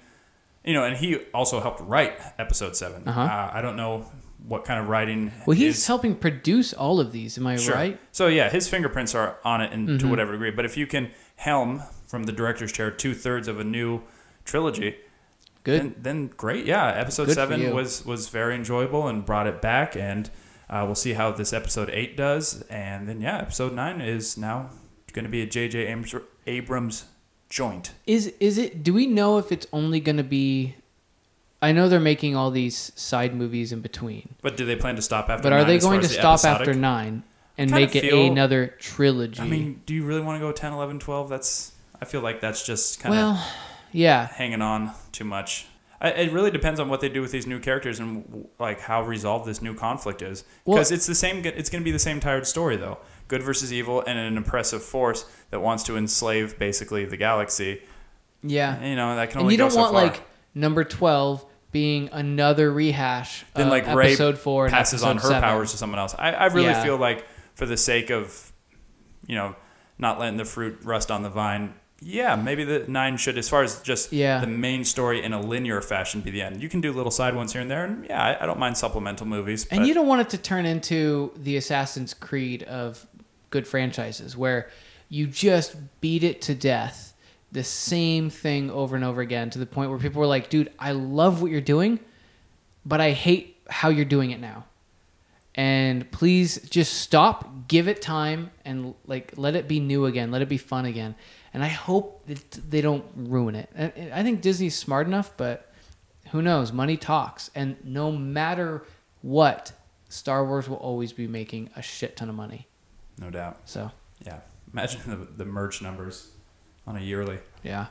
Speaker 1: you know, and he also helped write episode 7
Speaker 2: Uh-huh.
Speaker 1: Uh, I don't know what kind of writing.
Speaker 2: Well, he's
Speaker 1: is-
Speaker 2: helping produce all of these. Am I
Speaker 1: Sure.
Speaker 2: right? Mm-hmm.
Speaker 1: So yeah, his fingerprints are on it, and to whatever degree. But if you can helm from the director's chair two thirds of a new trilogy,
Speaker 2: Good.
Speaker 1: then, then great. Yeah, episode
Speaker 2: Good for
Speaker 1: seven
Speaker 2: you.
Speaker 1: was was very enjoyable and brought it back, and uh, we'll see how this episode eight does, and then yeah, episode nine is now going to be a J.J. Abrams, Abrams joint.
Speaker 2: Is is it? Do we know if it's only going to be? I know they're making all these side movies in between,
Speaker 1: But do they plan to stop after?
Speaker 2: but are
Speaker 1: nine
Speaker 2: they
Speaker 1: as far
Speaker 2: going to
Speaker 1: as the
Speaker 2: stop
Speaker 1: episodic?
Speaker 2: after nine and
Speaker 1: Kinda
Speaker 2: make it
Speaker 1: feel-
Speaker 2: another trilogy?
Speaker 1: I mean, do you really want to go 10, 11, 12? That's I feel like that's just kind of
Speaker 2: well, yeah,
Speaker 1: hanging on too much. I, it really depends on what they do with these new characters and w- like how resolved this new conflict is.
Speaker 2: Well-
Speaker 1: Because it's the same. It's going to be the same tired story though. Good versus evil and an oppressive force that wants to enslave basically the galaxy.
Speaker 2: yeah.
Speaker 1: You know that can
Speaker 2: And
Speaker 1: only
Speaker 2: you don't
Speaker 1: go so
Speaker 2: want
Speaker 1: far.
Speaker 2: like number twelve being another rehash.
Speaker 1: then
Speaker 2: of
Speaker 1: like Ray
Speaker 2: Uh, episode four and
Speaker 1: passes on her
Speaker 2: episode seven.
Speaker 1: powers to someone else. I, I really
Speaker 2: Yeah.
Speaker 1: feel like for the sake of you know not letting the fruit rust on the vine. Yeah, maybe the nine should, as far as just
Speaker 2: Yeah.
Speaker 1: the main story in a linear fashion, be the end. You can do little side ones here and there, and yeah, I, I don't mind supplemental movies.
Speaker 2: And
Speaker 1: but-
Speaker 2: you don't want it to turn into the Assassin's Creed of good franchises where you just beat it to death the same thing over and over again to the point where people were like, dude, I love what you're doing, but I hate how you're doing it now. and please just stop, give it time, and like let it be new again, let it be fun again. And I hope that they don't ruin it. And- and I think Disney's smart enough, but who knows? Money talks, and no matter what, Star Wars will always be making a shit ton of money.
Speaker 1: No doubt.
Speaker 2: So
Speaker 1: Yeah. Imagine the, the merch numbers on a yearly.
Speaker 2: yeah,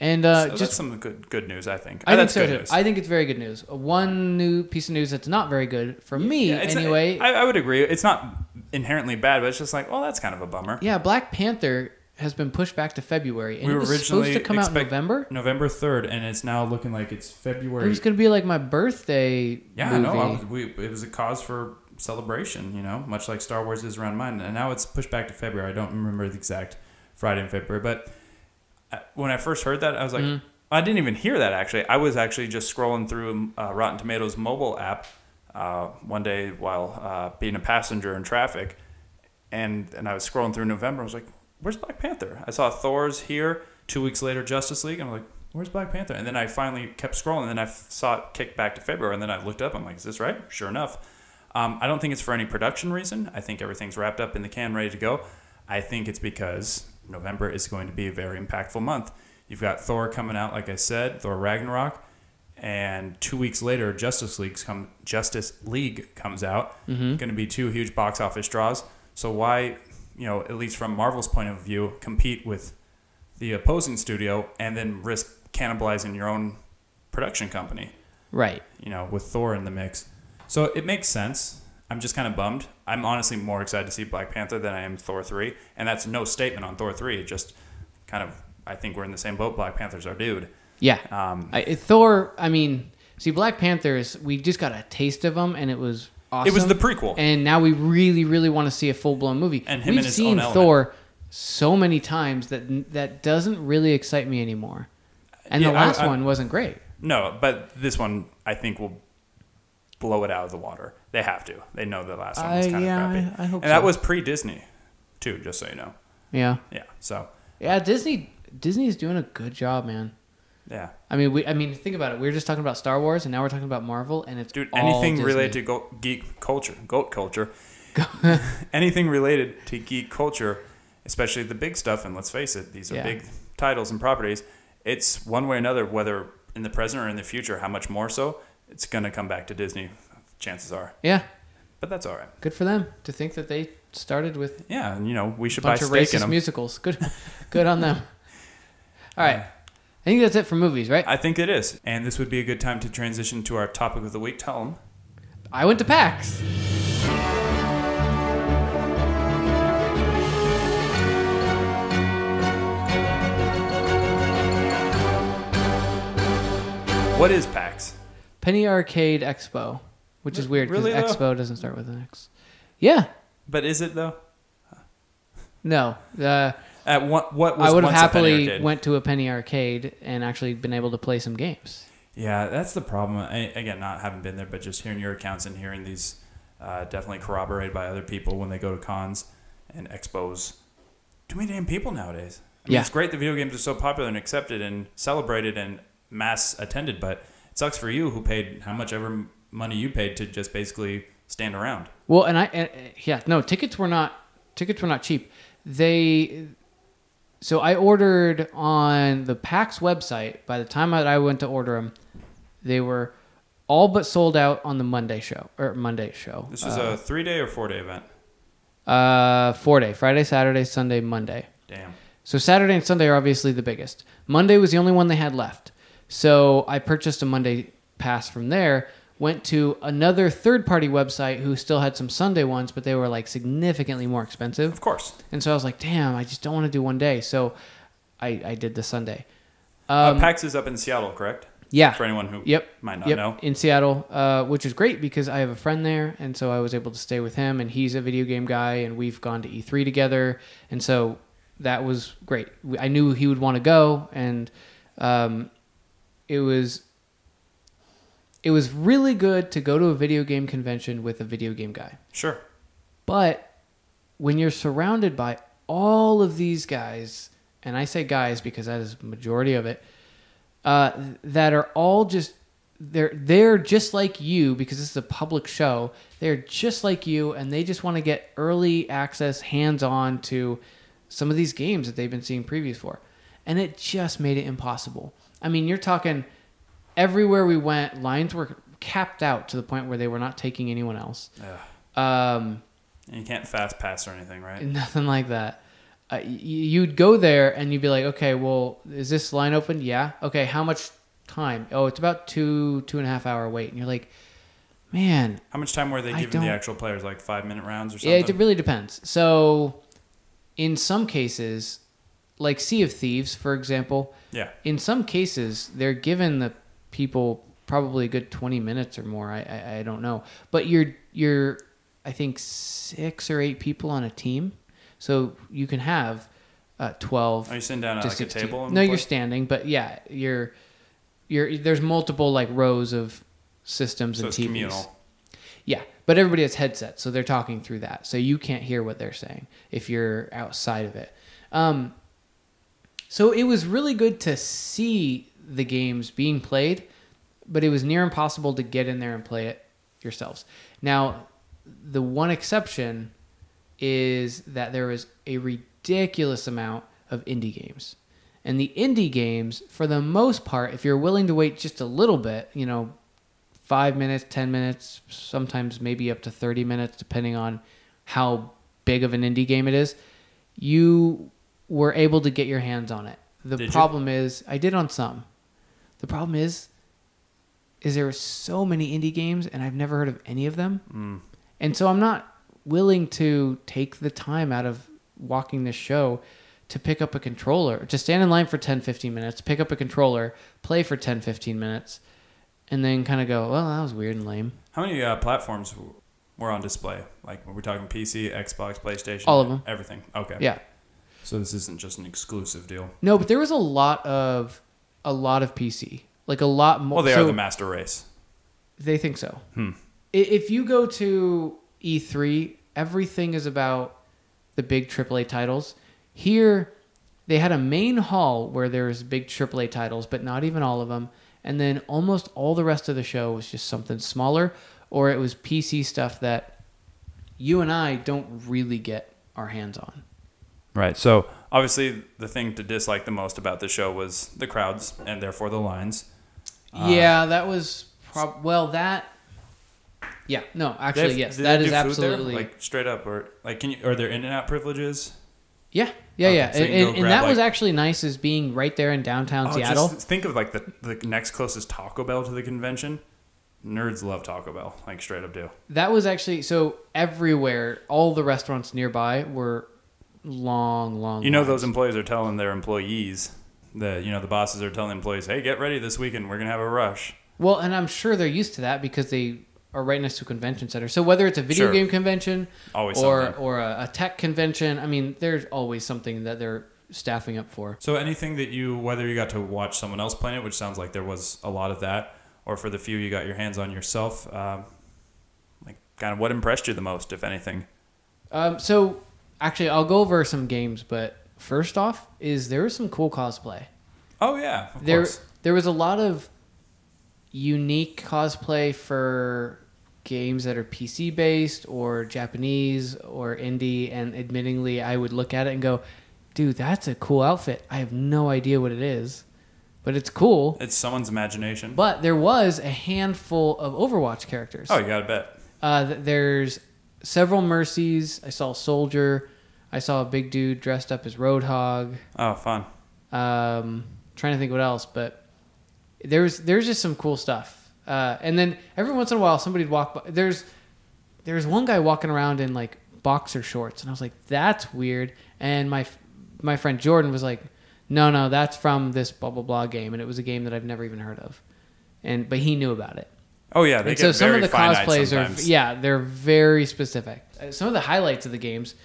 Speaker 2: and uh,
Speaker 1: So that's
Speaker 2: just
Speaker 1: some good good news, I think. Uh,
Speaker 2: I think
Speaker 1: that's
Speaker 2: so
Speaker 1: good
Speaker 2: too.
Speaker 1: news.
Speaker 2: I think it's very good news. Uh, One new piece of news that's not very good for me
Speaker 1: Yeah, it's-
Speaker 2: anyway.
Speaker 1: I, I would agree. It's not inherently bad, but it's just like, well, that's kind of a bummer.
Speaker 2: yeah, Black Panther has been pushed back to February, and
Speaker 1: We
Speaker 2: it
Speaker 1: were
Speaker 2: was
Speaker 1: originally
Speaker 2: supposed to come out in
Speaker 1: expect-
Speaker 2: November.
Speaker 1: November third, and it's now looking like it's
Speaker 2: It
Speaker 1: February.
Speaker 2: was going to be like my birthday
Speaker 1: yeah,
Speaker 2: movie.
Speaker 1: no, I was, we, it was a cause for celebration, you know, much like Star Wars is around mine, and now it's pushed back to February. I don't remember the exact Friday in February, but I- when I first heard that, I was like, I didn't even hear that actually. I was actually just scrolling through uh, Rotten Tomatoes mobile app uh, one day while uh, being a passenger in traffic, and and I was scrolling through November. I was like, "Where's Black Panther?" I saw Thor's here. Two weeks later, Justice League. And I'm like, "Where's Black Panther?" And then I finally kept scrolling. And then I f- saw it kick back to February. And then I looked up. I'm like, "Is this right?" Sure enough. Um, I don't think it's for any production reason. I think everything's wrapped up in the can, ready to go. I think it's because November is going to be a very impactful month. You've got Thor coming out, like I said, Thor Ragnarok, and two weeks later, Justice League's come Justice League comes out. Going to be two huge box office draws. So why, you know, at least from Marvel's point of view, compete with the opposing studio and then risk cannibalizing your own production company?
Speaker 2: right.
Speaker 1: you know, with Thor in the mix. So it makes sense. I'm just kind of bummed. I'm honestly more excited to see Black Panther than I am Thor 3. And that's no statement on Thor 3. It just kind of, I think we're in the same boat. Black Panther's our dude.
Speaker 2: Yeah.
Speaker 1: Um,
Speaker 2: I, Thor. I mean, see, Black Panther is. We just got a taste of him, and it was awesome.
Speaker 1: It was the prequel.
Speaker 2: and now we really, really want to see a full blown movie.
Speaker 1: And him
Speaker 2: We've
Speaker 1: in his
Speaker 2: seen
Speaker 1: own element.
Speaker 2: Thor so many times that that doesn't really excite me anymore. And
Speaker 1: Yeah,
Speaker 2: the
Speaker 1: I-
Speaker 2: last
Speaker 1: I-
Speaker 2: one wasn't great.
Speaker 1: no, but this one, I think, will blow it out of the water. They have to. They know the last one was
Speaker 2: I-
Speaker 1: kind
Speaker 2: yeah,
Speaker 1: of crappy.
Speaker 2: I- I hope
Speaker 1: and that
Speaker 2: so.
Speaker 1: was pre Disney, too, just so you know.
Speaker 2: Yeah,
Speaker 1: Yeah. So,
Speaker 2: yeah. Disney, Disney's doing a good job, man.
Speaker 1: yeah.
Speaker 2: I mean, we. I mean, think about it. We were just talking about Star Wars, and now we're talking about Marvel, and it's
Speaker 1: dude
Speaker 2: all
Speaker 1: anything
Speaker 2: Disney.
Speaker 1: related to go- geek culture goat culture
Speaker 2: <laughs>
Speaker 1: <laughs> anything related to geek culture especially the big stuff and let's face it these are
Speaker 2: Yeah.
Speaker 1: big titles and properties it's one way or another whether in the present or in the future how much more so it's going to come back to disney chances are
Speaker 2: Yeah,
Speaker 1: but that's all right
Speaker 2: good for them to think that they started with
Speaker 1: yeah and you know we should buy
Speaker 2: bunch of
Speaker 1: steak in
Speaker 2: racist
Speaker 1: them
Speaker 2: musicals. Good, good
Speaker 1: <laughs>
Speaker 2: on them. All right, I think that's it for movies, right?
Speaker 1: i think it is and this would be a good time to transition to our topic of the week tell 'em.
Speaker 2: I went to PAX.
Speaker 1: what is pax
Speaker 2: Penny Arcade Expo, which is
Speaker 1: Re-
Speaker 2: weird because
Speaker 1: really, though?
Speaker 2: Expo doesn't start with an X. Yeah,
Speaker 1: but is it though
Speaker 2: no. Uh,
Speaker 1: at what what was
Speaker 2: I would have
Speaker 1: once a penny
Speaker 2: happily
Speaker 1: arcade?
Speaker 2: went to a Penny Arcade and actually been able to play some games.
Speaker 1: Yeah, that's the problem. I, again, not having been there, but just hearing your accounts and hearing these uh, definitely corroborated by other people when they go to cons and expos. Too many damn people nowadays. I mean,
Speaker 2: Yeah.
Speaker 1: it's great that video games are so popular and accepted and celebrated and mass attended, but it sucks for you who paid how much ever money you paid to just basically stand around.
Speaker 2: Well, and I and, and- yeah, no, tickets were not tickets were not cheap. They so I ordered on the PAX website. By the time that I went to order them, they were all but sold out on the Monday show or Monday show.
Speaker 1: This was a three day or four day event.
Speaker 2: uh, four day, Friday, Saturday, Sunday, Monday.
Speaker 1: Damn.
Speaker 2: So Saturday and Sunday are obviously the biggest. Monday was the only one they had left. So I purchased a Monday pass from there, went to another third party website who still had some Sunday ones, but they were like significantly more expensive.
Speaker 1: Of course.
Speaker 2: And so I was like, damn, I just don't want to do one day. So I, I did the Sunday.
Speaker 1: uh, PAX is up in Seattle, correct?
Speaker 2: Um, Yeah.
Speaker 1: For anyone who
Speaker 2: Yep.
Speaker 1: might not
Speaker 2: yep,
Speaker 1: know.
Speaker 2: In Seattle, uh, which is great because I have a friend there, and so I was able to stay with him, and he's a video game guy, and we've gone to E3 together, and so that was great. We- I knew he would want to go, and um, it was it was really good to go to a video game convention with a video game guy.
Speaker 1: Sure.
Speaker 2: But when you're surrounded by all of these guys, and I say guys because that is the majority of it, uh, that are all just they're they're just like you because this is a public show. They're just like you, and they just want to get early access, hands on to some of these games that they've been seeing previews for, and it just made it impossible. I mean, you're talking everywhere we went, lines were capped out to the point where they were not taking anyone else. Um,
Speaker 1: And you can't fast pass or anything, right?
Speaker 2: <laughs> Nothing like that. Uh, y- you'd go there and you'd be like, okay, well, is this line open? Yeah. Okay, how much time? Oh, it's about two, two and a half hour wait. And you're like, man,
Speaker 1: How much time were they
Speaker 2: I
Speaker 1: giving the
Speaker 2: don't-
Speaker 1: actual players? Like five minute rounds or
Speaker 2: yeah,
Speaker 1: something?
Speaker 2: it really depends. So, in some cases, like Sea of Thieves, for example,
Speaker 1: Yeah.
Speaker 2: in some cases they're giving the people probably a good 20 minutes or more I, I i don't know but you're you're i think six or eight people on a team so you can have uh 12
Speaker 1: Are you sitting down at
Speaker 2: to
Speaker 1: like
Speaker 2: 16.
Speaker 1: a table? And
Speaker 2: no
Speaker 1: play?
Speaker 2: you're standing but yeah you're you're there's multiple like rows of systems
Speaker 1: so
Speaker 2: and
Speaker 1: it's
Speaker 2: TVs.
Speaker 1: communal.
Speaker 2: Yeah, but everybody has headsets, so they're talking through that, so you can't hear what they're saying if you're outside of it. Um, so it was really good to see the games being played, but it was near impossible to get in there and play it yourselves. Now, the one exception is that there was a ridiculous amount of indie games. And the indie games, for the most part, if you're willing to wait just a little bit, you know, five minutes, 10 minutes, sometimes maybe up to 30 minutes, depending on how big of an indie game it is, you were able to get your hands on it. The
Speaker 1: Did you?
Speaker 2: problem is, I did on some. The problem is, is there were so many indie games and I've never heard of any of them. And so I'm not willing to take the time out of walking this show to pick up a controller, to stand in line for 10, 15 minutes, pick up a controller, play for 10, 15 minutes, and then kind of go, well, that was weird and lame.
Speaker 1: How many uh, platforms w- were on display? Like we're talking PC, Xbox, PlayStation,
Speaker 2: All of 'em.
Speaker 1: everything. Okay.
Speaker 2: Yeah.
Speaker 1: So this isn't just an exclusive deal.
Speaker 2: No, but there was a lot of, a lot of PC. Like a lot more.
Speaker 1: Well, they
Speaker 2: so
Speaker 1: are the master race.
Speaker 2: They think so.
Speaker 1: Hmm.
Speaker 2: I- If you go to E3, everything is about the big AAA titles. Here, they had a main hall where there's big AAA titles, but not even all of them. And then almost all the rest of the show was just something smaller, or it was PC stuff that you and I don't really get our hands on.
Speaker 1: Right. So obviously, the thing to dislike the most about the show was the crowds and therefore the lines. Ah.
Speaker 2: yeah, that was prob. Well, that. Yeah, no,
Speaker 1: They
Speaker 2: actually,
Speaker 1: have-
Speaker 2: yes,
Speaker 1: do they
Speaker 2: that
Speaker 1: do
Speaker 2: is
Speaker 1: food there?
Speaker 2: absolutely.
Speaker 1: like straight up, or like, can you? Are there in and out privileges?
Speaker 2: Yeah, yeah,
Speaker 1: Okay,
Speaker 2: yeah.
Speaker 1: so you
Speaker 2: and
Speaker 1: can go
Speaker 2: and- and
Speaker 1: grab,
Speaker 2: that was
Speaker 1: like-
Speaker 2: actually nice as being right there in downtown
Speaker 1: Oh,
Speaker 2: Seattle.
Speaker 1: Just think of like the the next closest Taco Bell to the convention. Nerds love Taco Bell, like straight up do.
Speaker 2: That was actually so everywhere, all the restaurants nearby were long, long.
Speaker 1: You know,
Speaker 2: lines.
Speaker 1: those employees are telling their employees that you know the bosses are telling employees, "Hey, get ready this weekend. We're gonna have a rush."
Speaker 2: Well, and I'm sure they're used to that because they are right next to a convention center. So whether it's a video
Speaker 1: Sure.
Speaker 2: game convention
Speaker 1: Always
Speaker 2: or
Speaker 1: something.
Speaker 2: or a, a tech convention, I mean, there's always something that they're staffing up for.
Speaker 1: So anything that you, whether you got to watch someone else playing it, which sounds like there was a lot of that, or for the few you got your hands on yourself, um, like kind of what impressed you the most, if anything.
Speaker 2: Um, so actually, I'll go over some games, but first off, is there was some cool cosplay.
Speaker 1: Oh yeah, of
Speaker 2: there
Speaker 1: course.
Speaker 2: there was a lot of unique cosplay for games that are PC based or Japanese or indie and admittingly I would look at it and go, "Dude, that's a cool outfit. I have no idea what it is, but it's cool."
Speaker 1: It's someone's imagination.
Speaker 2: But there was a handful of Overwatch characters.
Speaker 1: Oh, you gotta bet.
Speaker 2: Uh, th- there's several Mercies. I saw a soldier. I saw a big dude dressed up as Roadhog
Speaker 1: Oh, fun.
Speaker 2: um, trying to think what else, but there's there's just some cool stuff. Uh, and then every once in a while, somebody'd walk by. There's there's one guy walking around in like boxer shorts, and I was like, that's weird. And my f- my friend Jordan was like, no, no, that's from this blah blah blah game, and it was a game that I've never even heard of. And but he knew about it.
Speaker 1: Oh yeah, they
Speaker 2: And
Speaker 1: get
Speaker 2: so some
Speaker 1: very
Speaker 2: of the
Speaker 1: finite
Speaker 2: cosplays are
Speaker 1: sometimes.
Speaker 2: yeah, they're very specific. Uh, Some of the highlights of the games,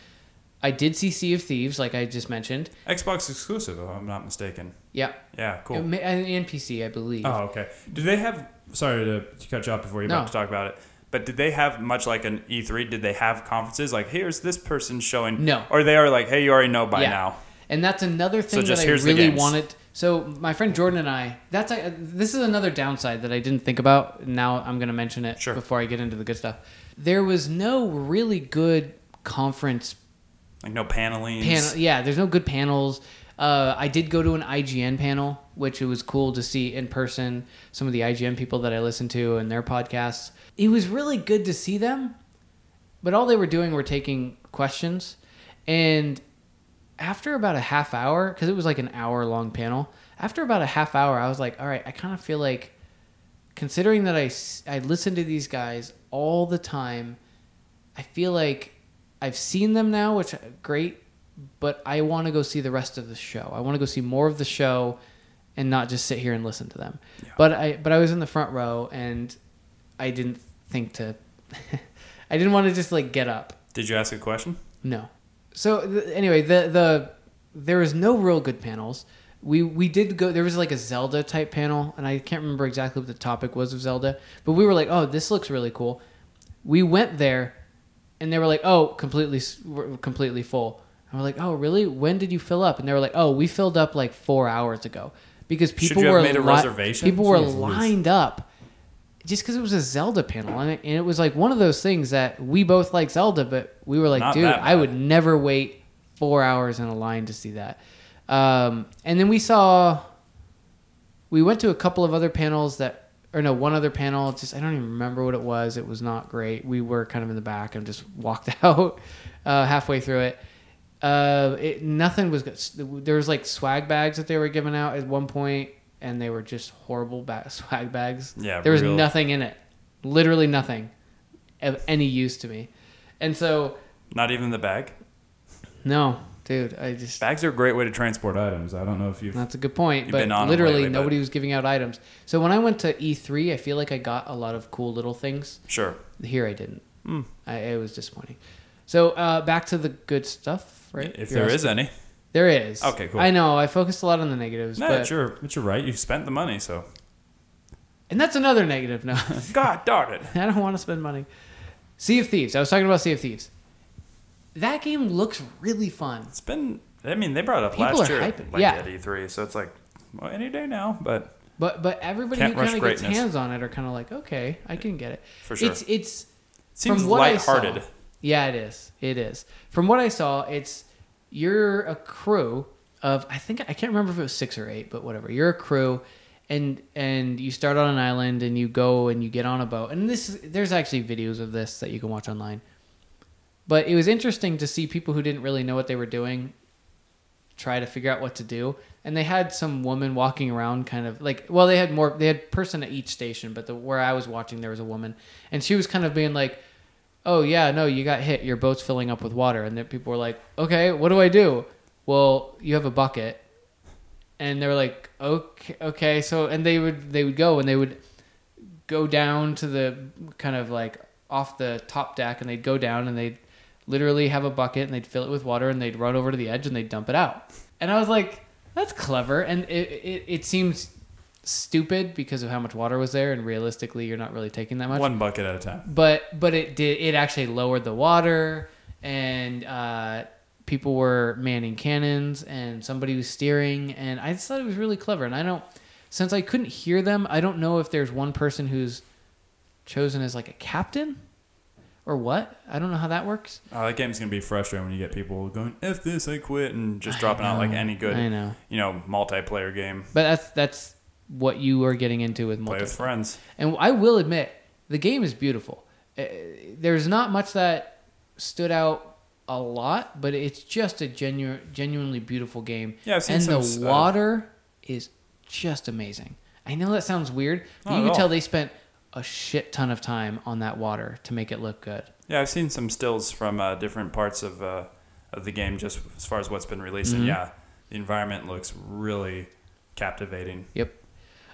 Speaker 2: I did see Sea of Thieves, like I just mentioned.
Speaker 1: Xbox exclusive, if I'm not mistaken.
Speaker 2: Yeah,
Speaker 1: Yeah, cool.
Speaker 2: and and PC, I believe.
Speaker 1: Oh, okay. Do they have? Sorry to, to cut you off before you're
Speaker 2: No.
Speaker 1: about to talk about it. But did they have much like an E3? Did they have conferences like here's this person showing?
Speaker 2: No.
Speaker 1: Or they are like, hey, you already know by
Speaker 2: Yeah.
Speaker 1: now.
Speaker 2: And that's another thing
Speaker 1: just
Speaker 2: that I
Speaker 1: here's the
Speaker 2: really
Speaker 1: games.
Speaker 2: wanted. So my friend Jordan and I, that's a, this is another downside that I didn't think about. Now I'm going to mention it
Speaker 1: Sure.
Speaker 2: before I get into the good stuff. There was no really good conference
Speaker 1: Like no panelings.
Speaker 2: panel. Yeah, there's no good panels. Uh, I did go to an IGN panel, which it was cool to see in person some of the IGN people that I listen to and their podcasts. It was really good to see them, but all they were doing were taking questions. And after about a half hour, because it was like an hour long panel, after about a half hour, I was like, all right, I kind of feel like considering that I, s- I listen to these guys all the time, I feel like I've seen them now, which uh, great, but I want to go see the rest of the show. I want to go see more of the show and not just sit here and listen to them. But I but I was in the front row and I didn't think to <laughs> I didn't want to just like get up.
Speaker 1: Did you ask a question?
Speaker 2: No. So th- anyway, the the there was no real good panels. We we did go. There was like a Zelda type panel, and I can't remember exactly what the topic was of Zelda. But we were like, oh, this looks really cool. We went there, and they were like, oh, completely s- we're completely full. And we're like, oh, really? When did you fill up? And they were like, oh, we filled up like four hours ago because people
Speaker 1: you have
Speaker 2: were
Speaker 1: made a
Speaker 2: li-
Speaker 1: reservation?
Speaker 2: People
Speaker 1: <laughs>
Speaker 2: were
Speaker 1: Jeez Louise.
Speaker 2: lined up just because it was a Zelda panel, and it, and it was like one of those things that we both like Zelda, but we were like,
Speaker 1: Not
Speaker 2: dude,
Speaker 1: that
Speaker 2: I
Speaker 1: bad."
Speaker 2: would never wait four hours in a line to see that. Um, and then we saw, we went to a couple of other panels that, or no, one other panel. Just I don't even remember what it was. It was not great. We were kind of in the back and just <laughs> walked out uh, halfway through it. Uh, it nothing was good. There was like swag bags that they were giving out at one point, and they were just horrible ba- <laughs> swag bags.
Speaker 1: Yeah,
Speaker 2: there was
Speaker 1: real-
Speaker 2: nothing in it. Literally nothing of any use to me. And so,
Speaker 1: Not even the bag.
Speaker 2: no, dude, I just
Speaker 1: Bags are a great way to transport items. I don't know if you've.
Speaker 2: that's a good point.
Speaker 1: You've
Speaker 2: But
Speaker 1: been on 'em
Speaker 2: literally,
Speaker 1: lately, but-
Speaker 2: nobody was giving out items. So when I went to E3, I feel like I got a lot of cool little things.
Speaker 1: Sure.
Speaker 2: Here, I didn't.
Speaker 1: Hmm.
Speaker 2: I, it was disappointing. So uh, back to the good stuff, right?
Speaker 1: If
Speaker 2: You're
Speaker 1: there
Speaker 2: asking-
Speaker 1: is any.
Speaker 2: there is.
Speaker 1: Okay, cool.
Speaker 2: I know. I focused a lot on the negatives,
Speaker 1: No,
Speaker 2: but
Speaker 1: it's your, it's your right. You spent the money, so.
Speaker 2: and that's another negative. No, <laughs>
Speaker 1: God darn it.
Speaker 2: I don't want to spend money. Sea of Thieves. I was talking about Sea of Thieves. That game looks really fun.
Speaker 1: It's been. I mean, they brought it up
Speaker 2: People
Speaker 1: last
Speaker 2: are
Speaker 1: year,
Speaker 2: hyping,
Speaker 1: like
Speaker 2: yeah.
Speaker 1: at E3, so it's like, well, any day now. But
Speaker 2: But but everybody
Speaker 1: Can't
Speaker 2: who
Speaker 1: rush
Speaker 2: kind of gets
Speaker 1: greatness.
Speaker 2: hands on it are kind of like, okay, I can get it.
Speaker 1: For sure.
Speaker 2: It's it's
Speaker 1: it seems
Speaker 2: from what I
Speaker 1: lighthearted.
Speaker 2: saw, yeah, it is. It is. From what I saw, it's you're a crew of I think I can't remember if it was six or eight, but whatever. You're a crew, and and you start on an island and you go and you get on a boat. And this is- there's actually videos of this that you can watch online. But it was interesting to see people who didn't really know what they were doing try to figure out what to do. And they had some woman walking around, kind of like, well, they had more, they had person at each station, but the where I was watching, there was a woman, and she was kind of being like, "Oh yeah, no, you got hit. Your boat's filling up with water." And then people were like, "Okay, what do I do?" Well, you have a bucket, and they were like, "Okay, okay." So and they would they would go and they would go down to the kind of like off the top deck, and they'd go down and they'd literally have a bucket and they'd fill it with water and they'd run over to the edge and they'd dump it out. And I was like, that's clever. And it, it, it seems stupid because of how much water was there. And realistically, you're not really taking that much.
Speaker 1: One bucket at a time.
Speaker 2: But but it did it actually lowered the water and uh, people were manning cannons and somebody was steering and I just thought it was really clever and I don't since I couldn't hear them I don't know if there's one person who's chosen as like a captain or what I don't know how that works
Speaker 1: Oh, that game's gonna be frustrating when you get people going, "F this, I quit," and just dropping out like
Speaker 2: know,
Speaker 1: any good,
Speaker 2: I know.
Speaker 1: you know, multiplayer game.
Speaker 2: but that's that's what you are getting into with
Speaker 1: Play
Speaker 2: multiplayer
Speaker 1: with friends.
Speaker 2: And I will admit, the game is beautiful. Uh, There's not much that stood out a lot, but it's just a genuine, genuinely beautiful game.
Speaker 1: Yeah, I've seen
Speaker 2: and
Speaker 1: some,
Speaker 2: the
Speaker 1: uh,
Speaker 2: water is just amazing. I know that sounds weird, but
Speaker 1: Not
Speaker 2: you
Speaker 1: at
Speaker 2: can
Speaker 1: all.
Speaker 2: tell they spent a shit ton of time on that water to make it look good.
Speaker 1: Yeah, I've seen some stills from uh, different parts of uh, of the game, just as far as what's been released.
Speaker 2: Mm-hmm.
Speaker 1: And yeah, the environment looks really captivating.
Speaker 2: Yep.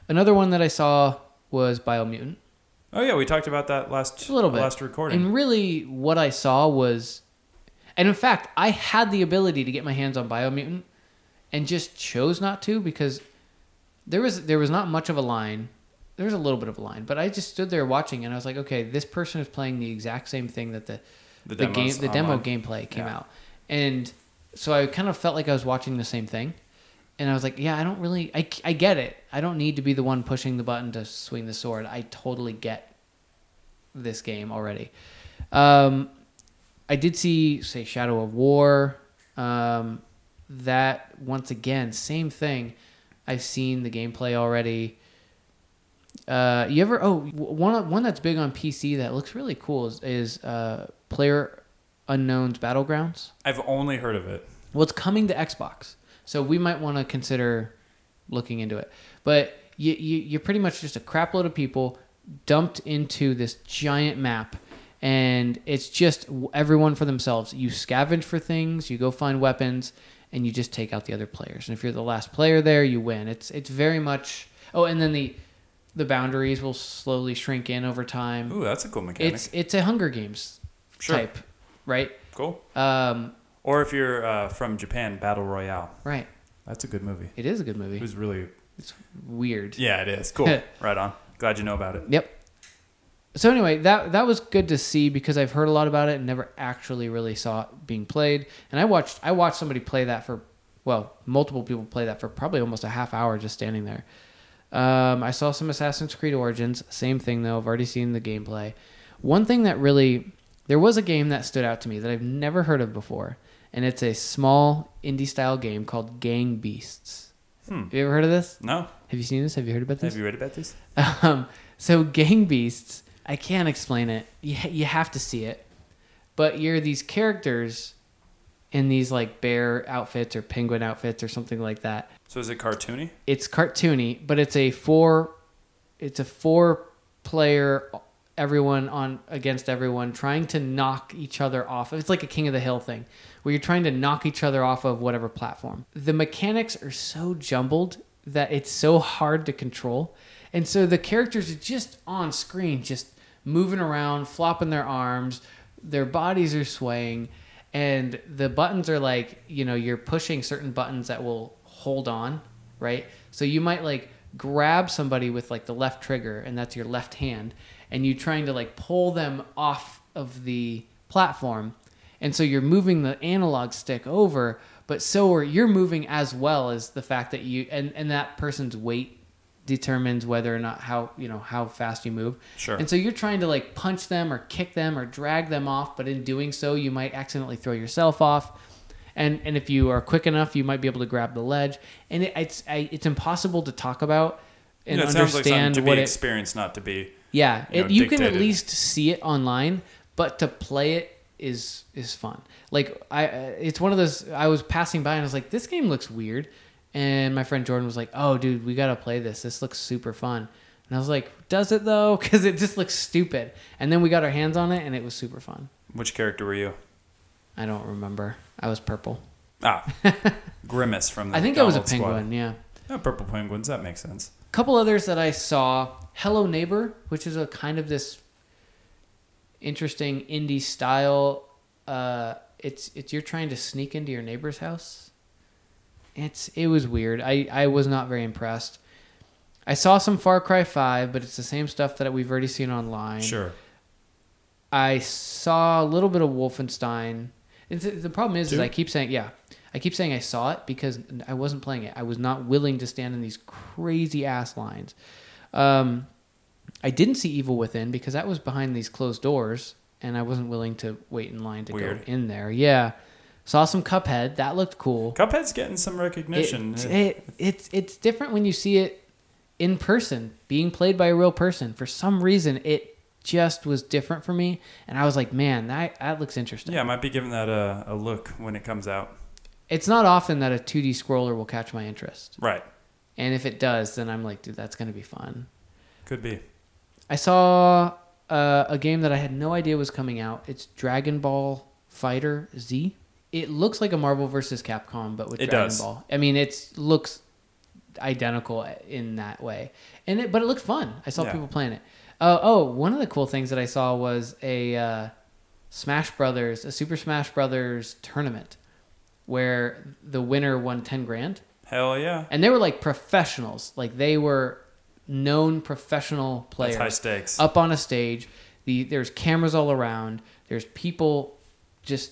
Speaker 2: Another one that I saw was Biomutant.
Speaker 1: Oh yeah, we talked about that last
Speaker 2: a little bit
Speaker 1: last recording.
Speaker 2: And really, what I saw was, and in fact, I had the ability to get my hands on Biomutant, and just chose not to because there was there was not much of a line. There was a little bit of a line, but I just stood there watching, and I was like, okay, this person is playing the exact same thing that the
Speaker 1: The
Speaker 2: the, game
Speaker 1: demos
Speaker 2: the demo
Speaker 1: online.
Speaker 2: gameplay came
Speaker 1: Yeah.
Speaker 2: out, and so I kind of felt like I was watching the same thing, And I was like, yeah, I don't really, I, I get it. I don't need to be the one pushing the button to swing the sword. I totally get this game already. Um, I did see, say, Shadow of War. Um, that, once again, same thing. I've seen the gameplay already. Uh, you ever, oh, w- one, one that's big on PC that looks really cool is, is uh, Player Unknown's Battlegrounds.
Speaker 1: I've only heard of it.
Speaker 2: Well, it's coming to Xbox, so we might want to consider looking into it. But you, you, you're pretty much just a crapload of people dumped into this giant map, and it's just w- everyone for themselves. You scavenge for things, you go find weapons, and you just take out the other players. And if you're the last player there, you win. It's it's very much. Oh, and then the the boundaries will slowly shrink in over time.
Speaker 1: Ooh, that's a cool mechanic.
Speaker 2: It's it's a Hunger Games
Speaker 1: Sure.
Speaker 2: type, right?
Speaker 1: cool.
Speaker 2: Um,
Speaker 1: Or if you're uh, from Japan, Battle Royale.
Speaker 2: right.
Speaker 1: That's a good movie.
Speaker 2: It is a good movie.
Speaker 1: It was really.
Speaker 2: It's
Speaker 1: <laughs>
Speaker 2: weird.
Speaker 1: Yeah, it is.
Speaker 2: <laughs>
Speaker 1: Cool. right on. Glad you know about it.
Speaker 2: Yep. So anyway, that that was good to see because I've heard a lot about it and never actually really saw it being played. And I watched I watched somebody play that for well, multiple people play that for probably almost a half hour just standing there. Um, I saw some Assassin's Creed Origins. Same thing though. I've already seen the gameplay. One thing that really there was a game that stood out to me that I've never heard of before, and it's a small indie style game called Gang Beasts.
Speaker 1: Hmm.
Speaker 2: Have you ever heard of this?
Speaker 1: No?
Speaker 2: Have you seen this? Have you heard about this?
Speaker 1: Have you read about this?
Speaker 2: <laughs> Um, so gang beasts, I can't explain it. You, ha- you have to see it. But you're these characters in these like bear outfits or penguin outfits or something like that.
Speaker 1: So is it cartoony?
Speaker 2: It's cartoony, but it's a four it's a four player everyone on against everyone trying to knock each other off. It's like a king of the hill thing where you're trying to knock each other off of whatever platform. The mechanics are so jumbled that it's so hard to control. And so the characters are just on screen just moving around, flopping their arms, their bodies are swaying and the buttons are like, you know, you're pushing certain buttons that will hold on right? So you might like grab somebody with like the left trigger, and that's your left hand, and you trying to like pull them off of the platform, and so you're moving the analog stick over, but so are you're moving as well as the fact that you and and that person's weight determines whether or not how you know how fast you move.
Speaker 1: Sure.
Speaker 2: And so you're trying to like punch them or kick them or drag them off, but in doing so, you might accidentally throw yourself off. And and if you are quick enough, you might be able to grab the ledge. And it, it's I, it's impossible to talk about and
Speaker 1: yeah, it sounds like something
Speaker 2: understand
Speaker 1: to be
Speaker 2: what it.
Speaker 1: experienced, not to be.
Speaker 2: Yeah,
Speaker 1: you know,
Speaker 2: it, you can at
Speaker 1: dictated.
Speaker 2: least see it online, but to play it is is fun. Like I, uh, it's one of those. I was passing by and I was like, "This game looks weird," and my friend Jordan was like, "Oh, dude, we gotta play this. This looks super fun." And I was like, "Does it though? <laughs> Because it just looks stupid." And then we got our hands on it, and it was super fun.
Speaker 1: Which character were you?
Speaker 2: I don't remember. I was purple. <laughs>
Speaker 1: Ah, Grimace from the.
Speaker 2: I think I was a
Speaker 1: Donald Squad.
Speaker 2: penguin. Yeah.
Speaker 1: Yeah, purple penguins. That makes sense.
Speaker 2: couple others that I saw Hello Neighbor, which is a kind of this interesting indie style. Uh, it's it's you're trying to sneak into your neighbor's house. It's it was weird. I I was not very impressed. I saw some Far Cry Five, but it's the same stuff that we've already seen online.
Speaker 1: Sure.
Speaker 2: I saw a little bit of Wolfenstein. It's, the problem is, is
Speaker 1: Two?
Speaker 2: I keep saying, yeah, I keep saying I saw it because I wasn't playing it. I was not willing to stand in these crazy ass lines. Um, I didn't see Evil Within because that was behind these closed doors, and I wasn't willing to wait in line to
Speaker 1: Weird.
Speaker 2: go in there. Yeah, saw some Cuphead. That looked cool.
Speaker 1: Cuphead's getting some recognition.
Speaker 2: It, it, it's it's different when you see it in person, being played by a real person. For some reason, it just was different for me, and I was like, man, that that looks interesting.
Speaker 1: yeah, I might be giving that a, a look when it comes out.
Speaker 2: It's not often that a 2D scroller will catch my interest,
Speaker 1: Right.
Speaker 2: and if it does, then I'm like, dude, that's gonna be fun.
Speaker 1: Could be.
Speaker 2: I saw uh, a game that I had no idea was coming out. It's Dragon Ball Fighter Z. It looks like a Marvel versus Capcom, but with
Speaker 1: It
Speaker 2: Dragon
Speaker 1: does.
Speaker 2: Ball. I mean, it looks identical in that way, and it but it looked fun. I saw
Speaker 1: Yeah.
Speaker 2: people playing it. Uh, oh, one of the cool things that I saw was a uh, Smash Brothers, a Super Smash Brothers tournament, where the winner won ten grand
Speaker 1: Hell yeah.
Speaker 2: and they were like professionals like they were known professional
Speaker 1: That's high
Speaker 2: players
Speaker 1: stakes.
Speaker 2: up on a stage the there's cameras all around there's people just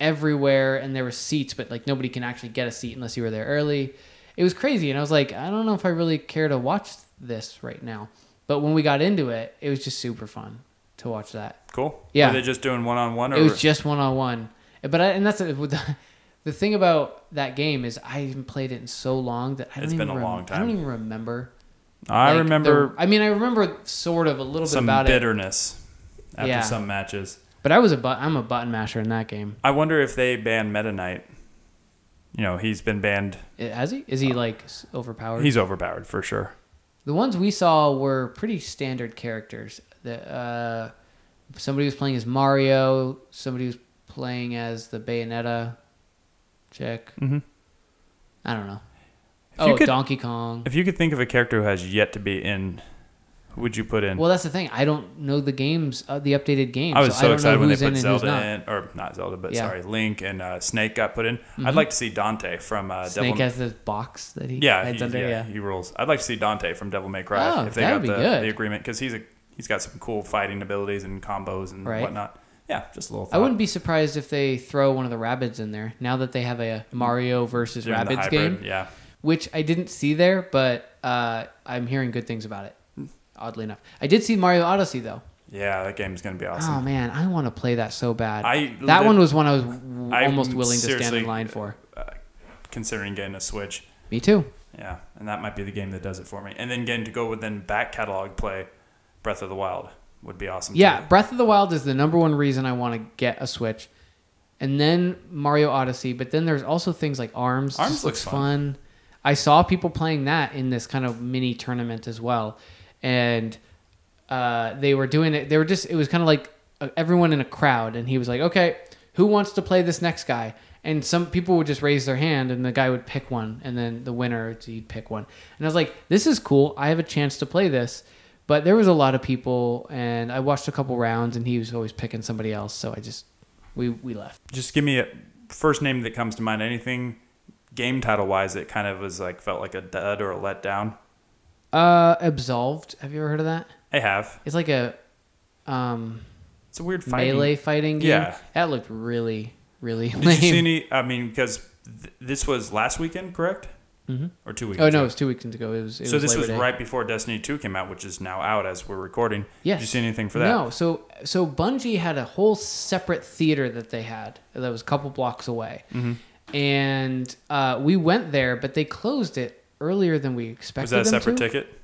Speaker 2: everywhere and there were seats but like nobody can actually get a seat unless you were there early it was crazy. And I was like, I don't know if I really care to watch this right now. But when we got into it, it was just super fun to watch that.
Speaker 1: Cool.
Speaker 2: Yeah.
Speaker 1: Were they just doing one on one?
Speaker 2: It was just one on one. But I, and that's the, the thing about that game is I haven't played it in so long that I don't
Speaker 1: It's
Speaker 2: even
Speaker 1: been a
Speaker 2: rem-
Speaker 1: long
Speaker 2: I
Speaker 1: time.
Speaker 2: don't even remember.
Speaker 1: I
Speaker 2: like, the-
Speaker 1: remember
Speaker 2: I mean, I remember sort of a little bit
Speaker 1: some
Speaker 2: about it,
Speaker 1: bitterness after
Speaker 2: Yeah.
Speaker 1: some matches.
Speaker 2: but I was a but- I'm a button masher in that game.
Speaker 1: I wonder if they banned Meta Knight. You know, he's been banned.
Speaker 2: I- Has he? Is he like s- overpowered?
Speaker 1: Uh, He's overpowered for sure.
Speaker 2: The ones we saw were pretty standard characters. The uh, somebody was playing as Mario. Somebody was playing as the Bayonetta chick.
Speaker 1: Mhm.
Speaker 2: I don't know.
Speaker 1: If you
Speaker 2: oh,
Speaker 1: could-
Speaker 2: Donkey Kong.
Speaker 1: If you could think of a character who has yet to be in, who would you put in?
Speaker 2: Well, that's the thing. I don't know the games, uh, the updated games.
Speaker 1: I was
Speaker 2: I
Speaker 1: so
Speaker 2: don't
Speaker 1: excited
Speaker 2: know
Speaker 1: when they
Speaker 2: who's in
Speaker 1: put
Speaker 2: and
Speaker 1: Zelda
Speaker 2: who's not.
Speaker 1: in, or not Zelda, but
Speaker 2: Yeah. Mm-hmm.
Speaker 1: sorry, Link and uh, Snake got put in. I'd like to see Dante from uh,
Speaker 2: Snake
Speaker 1: Devil.
Speaker 2: has this box that he
Speaker 1: yeah,
Speaker 2: hides
Speaker 1: he,
Speaker 2: under.
Speaker 1: yeah,
Speaker 2: Yeah.
Speaker 1: he rules. I'd like to see Dante from Devil May Cry
Speaker 2: Oh,
Speaker 1: if they
Speaker 2: that
Speaker 1: got
Speaker 2: would be
Speaker 1: the,
Speaker 2: good.
Speaker 1: the agreement because he's a he's got some cool fighting abilities and combos and
Speaker 2: Right.
Speaker 1: whatnot. Yeah, just a little. Thought.
Speaker 2: I wouldn't be surprised if they throw one of the Rabbids in there now that they have a Mario versus
Speaker 1: Doing the
Speaker 2: Rabbids
Speaker 1: hybrid,
Speaker 2: game,
Speaker 1: Yeah,
Speaker 2: which I didn't see there, but uh, I'm hearing good things about it. Oddly enough, I did see Mario Odyssey though.
Speaker 1: yeah, that game's gonna be awesome.
Speaker 2: Oh man, I want to play that so bad.
Speaker 1: I
Speaker 2: that
Speaker 1: lit-
Speaker 2: one was one I was w-
Speaker 1: I'm
Speaker 2: almost willing to stand
Speaker 1: seriously-
Speaker 2: in line for.
Speaker 1: Considering getting a Switch.
Speaker 2: Me too.
Speaker 1: Yeah, and that might be the game that does it for me. And then getting to go with then back catalog play Breath of the Wild would be awesome.
Speaker 2: Yeah,
Speaker 1: too.
Speaker 2: Breath of the Wild is the number one reason I want to get a Switch, and then Mario Odyssey. But then there's also things like Arms.
Speaker 1: Arms
Speaker 2: Just
Speaker 1: looks
Speaker 2: fun. I saw people playing that in this kind of mini tournament as well, and uh, they were doing it. They were just it was kind of like uh, everyone in a crowd, and he was like, "Okay, who wants to play this next guy?" And some people would just raise their hand, and the guy would pick one, and then the winner he'd pick one. And I was like, "This is cool. I have a chance to play this." But there was a lot of people, and I watched a couple rounds, and he was always picking somebody else. So I just we we left.
Speaker 1: just give me a first name that comes to mind. Anything game title wise that kind of was like felt like a dud or a letdown.
Speaker 2: Uh, Absolved. Have you ever heard of that?
Speaker 1: I have.
Speaker 2: It's like a um
Speaker 1: It's a weird fighting.
Speaker 2: melee fighting game.
Speaker 1: Yeah.
Speaker 2: that looked really really
Speaker 1: Did
Speaker 2: lame.
Speaker 1: you see any? I mean, because th- this was last weekend, correct? Mm-hmm. Or two weeks?
Speaker 2: <laughs> Oh no, it was two weeks ago. It was. It
Speaker 1: so
Speaker 2: was
Speaker 1: this
Speaker 2: Labor
Speaker 1: was
Speaker 2: Day.
Speaker 1: right before Destiny Two came out, which is now out as we're recording.
Speaker 2: Yes.
Speaker 1: Did you see anything for that?
Speaker 2: No, so so Bungie had a whole separate theater that they had that was a couple blocks away,
Speaker 1: Mm-hmm.
Speaker 2: and uh, we went there, but they closed it earlier than we expected.
Speaker 1: Was that a
Speaker 2: them
Speaker 1: separate
Speaker 2: to.
Speaker 1: ticket?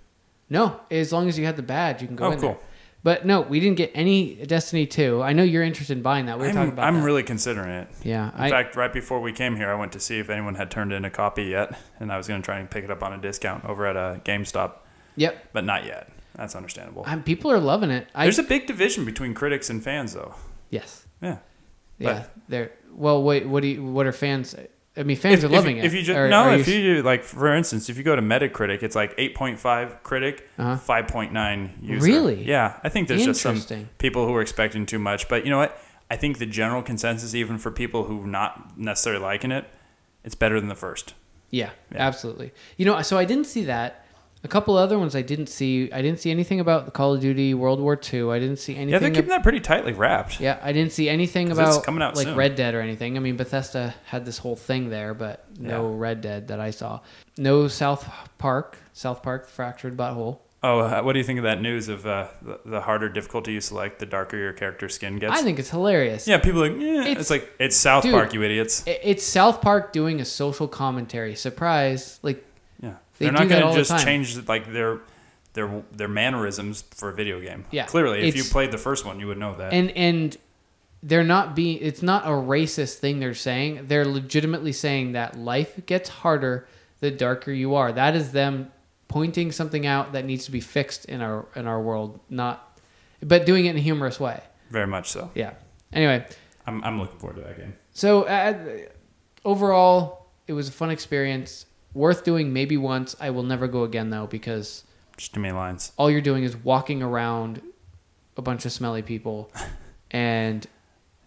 Speaker 2: No, as long as you had the badge, you can go
Speaker 1: Oh,
Speaker 2: in
Speaker 1: cool.
Speaker 2: there. But no, we didn't get any Destiny two. I know you're interested in buying that. We were talking
Speaker 1: I'm,
Speaker 2: about.
Speaker 1: I'm
Speaker 2: that.
Speaker 1: really considering it.
Speaker 2: yeah.
Speaker 1: In fact, right before we came here, I went to see if anyone had turned in a copy yet, and I was going to try and pick it up on a discount over at a GameStop,
Speaker 2: yep.
Speaker 1: but not yet. That's understandable.
Speaker 2: i people are loving it. I,
Speaker 1: There's a big division between critics and fans, though.
Speaker 2: yes.
Speaker 1: Yeah,
Speaker 2: Yeah.
Speaker 1: But-
Speaker 2: They're well. Wait. What do you? What are fans? I mean, fans are
Speaker 1: if,
Speaker 2: loving
Speaker 1: if,
Speaker 2: it.
Speaker 1: If you just
Speaker 2: Or-
Speaker 1: no,
Speaker 2: are
Speaker 1: if you, like for instance, if you go to Metacritic, it's like 8.5 critic,
Speaker 2: Uh-huh.
Speaker 1: 5.9 user.
Speaker 2: Really?
Speaker 1: Yeah, I think there's just some
Speaker 2: Interesting.
Speaker 1: people who are expecting too much, but you know what? I think the general consensus, even for people who not necessarily liking it, it's better than the first.
Speaker 2: Yeah, absolutely. You know, so I didn't see that. A couple other ones I didn't see. I didn't see anything about the Call of Duty World War II. I didn't see anything.
Speaker 1: yeah, they're keeping that pretty tightly wrapped.
Speaker 2: yeah, I didn't see anything
Speaker 1: 'Cause it's
Speaker 2: about
Speaker 1: coming out
Speaker 2: like
Speaker 1: soon.
Speaker 2: Red Dead or anything. I mean, Bethesda had this whole thing there, but no Red Dead that I saw. No South Park. South Park Fractured Butthole.
Speaker 1: Oh, uh, what do you think of that news of uh, the, the harder difficulty you select, the darker your character's skin gets?
Speaker 2: I think it's hilarious.
Speaker 1: yeah, people are like, eh. it's,
Speaker 2: It's-
Speaker 1: like, it's South
Speaker 2: Dude.
Speaker 1: Park, you idiots.
Speaker 2: I- It's South Park doing a social commentary. Surprise! Like,
Speaker 1: Yeah.
Speaker 2: They
Speaker 1: They are
Speaker 2: do
Speaker 1: not
Speaker 2: that
Speaker 1: going
Speaker 2: all
Speaker 1: to
Speaker 2: the
Speaker 1: just
Speaker 2: time.
Speaker 1: change like their their their mannerisms for a video game.
Speaker 2: Yeah,
Speaker 1: Clearly, if you
Speaker 2: it's-
Speaker 1: played the first one, you would know that.
Speaker 2: and and they're not being it's not a racist thing they're saying they're legitimately saying that life gets harder the darker you are that is them pointing something out that needs to be fixed in our in our world not but doing it in a humorous way
Speaker 1: Very much so.
Speaker 2: yeah anyway
Speaker 1: I'm I'm looking forward to that game.
Speaker 2: so uh, overall it was a fun experience worth doing maybe once i will never go again though because
Speaker 1: Just too many lines.
Speaker 2: all you're doing is walking around a bunch of
Speaker 1: <laughs>
Speaker 2: smelly people and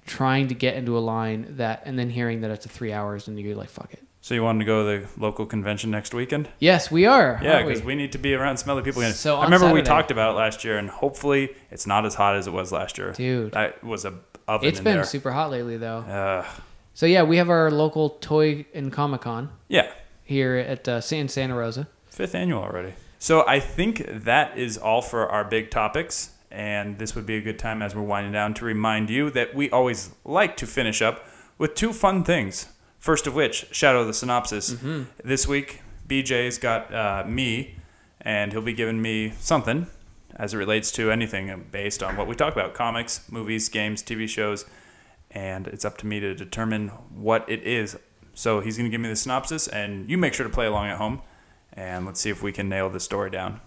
Speaker 2: trying to get into a line that and then hearing that it's a three hours and you're like fuck it
Speaker 1: So you wanted to go to the local convention next weekend?
Speaker 2: yes we are
Speaker 1: Yeah,
Speaker 2: aren't we?
Speaker 1: because we need to be around smelly people again.
Speaker 2: So
Speaker 1: I
Speaker 2: on
Speaker 1: remember we
Speaker 2: Saturday-
Speaker 1: talked about it last year, and hopefully it's not as hot as it was last year.
Speaker 2: Dude.
Speaker 1: that was a oven
Speaker 2: it's
Speaker 1: in
Speaker 2: been
Speaker 1: there.
Speaker 2: super hot lately though
Speaker 1: uh,
Speaker 2: so yeah we have our local toy and comic con
Speaker 1: yeah,
Speaker 2: here at uh, San Santa Rosa.
Speaker 1: Fifth annual already. So I think that is all for our big topics. And this would be a good time as we're winding down to remind you that we always like to finish up with two fun things. First of which, Shadow of the Synopsis. This week, BJ's got uh, me, and he'll be giving me something as it relates to anything based on what we talk about comics, movies, games, TV shows. And it's up to me to determine what it is. So he's going to give me the synopsis, and you make sure to play along at home. And let's see if we can nail this story down.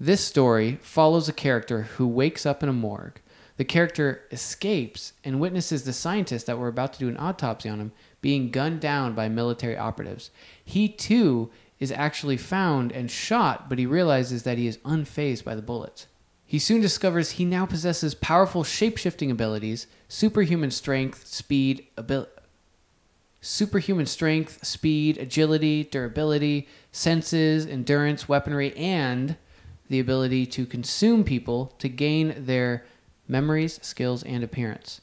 Speaker 2: This story follows a character who wakes up in a morgue. The character escapes and witnesses the scientists that were about to do an autopsy on him being gunned down by military operatives. He too is actually found and shot, but he realizes that he is unfazed by the bullets. He soon discovers he now possesses powerful shape-shifting abilities, superhuman strength, speed, ability superhuman strength, speed, agility, durability, senses, endurance, weaponry, and the ability to consume people to gain their memories, skills, and appearance.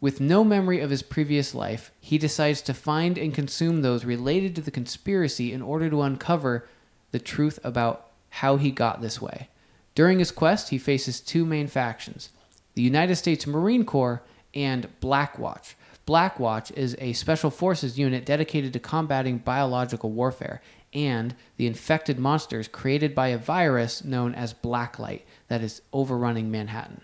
Speaker 2: With no memory of his previous life, he decides to find and consume those related to the conspiracy in order to uncover the truth about how he got this way. During his quest, he faces two main factions the United States Marine Corps and Blackwatch. Blackwatch is a special forces unit dedicated to combating biological warfare and the infected monsters created by a virus known as blacklight that is overrunning Manhattan.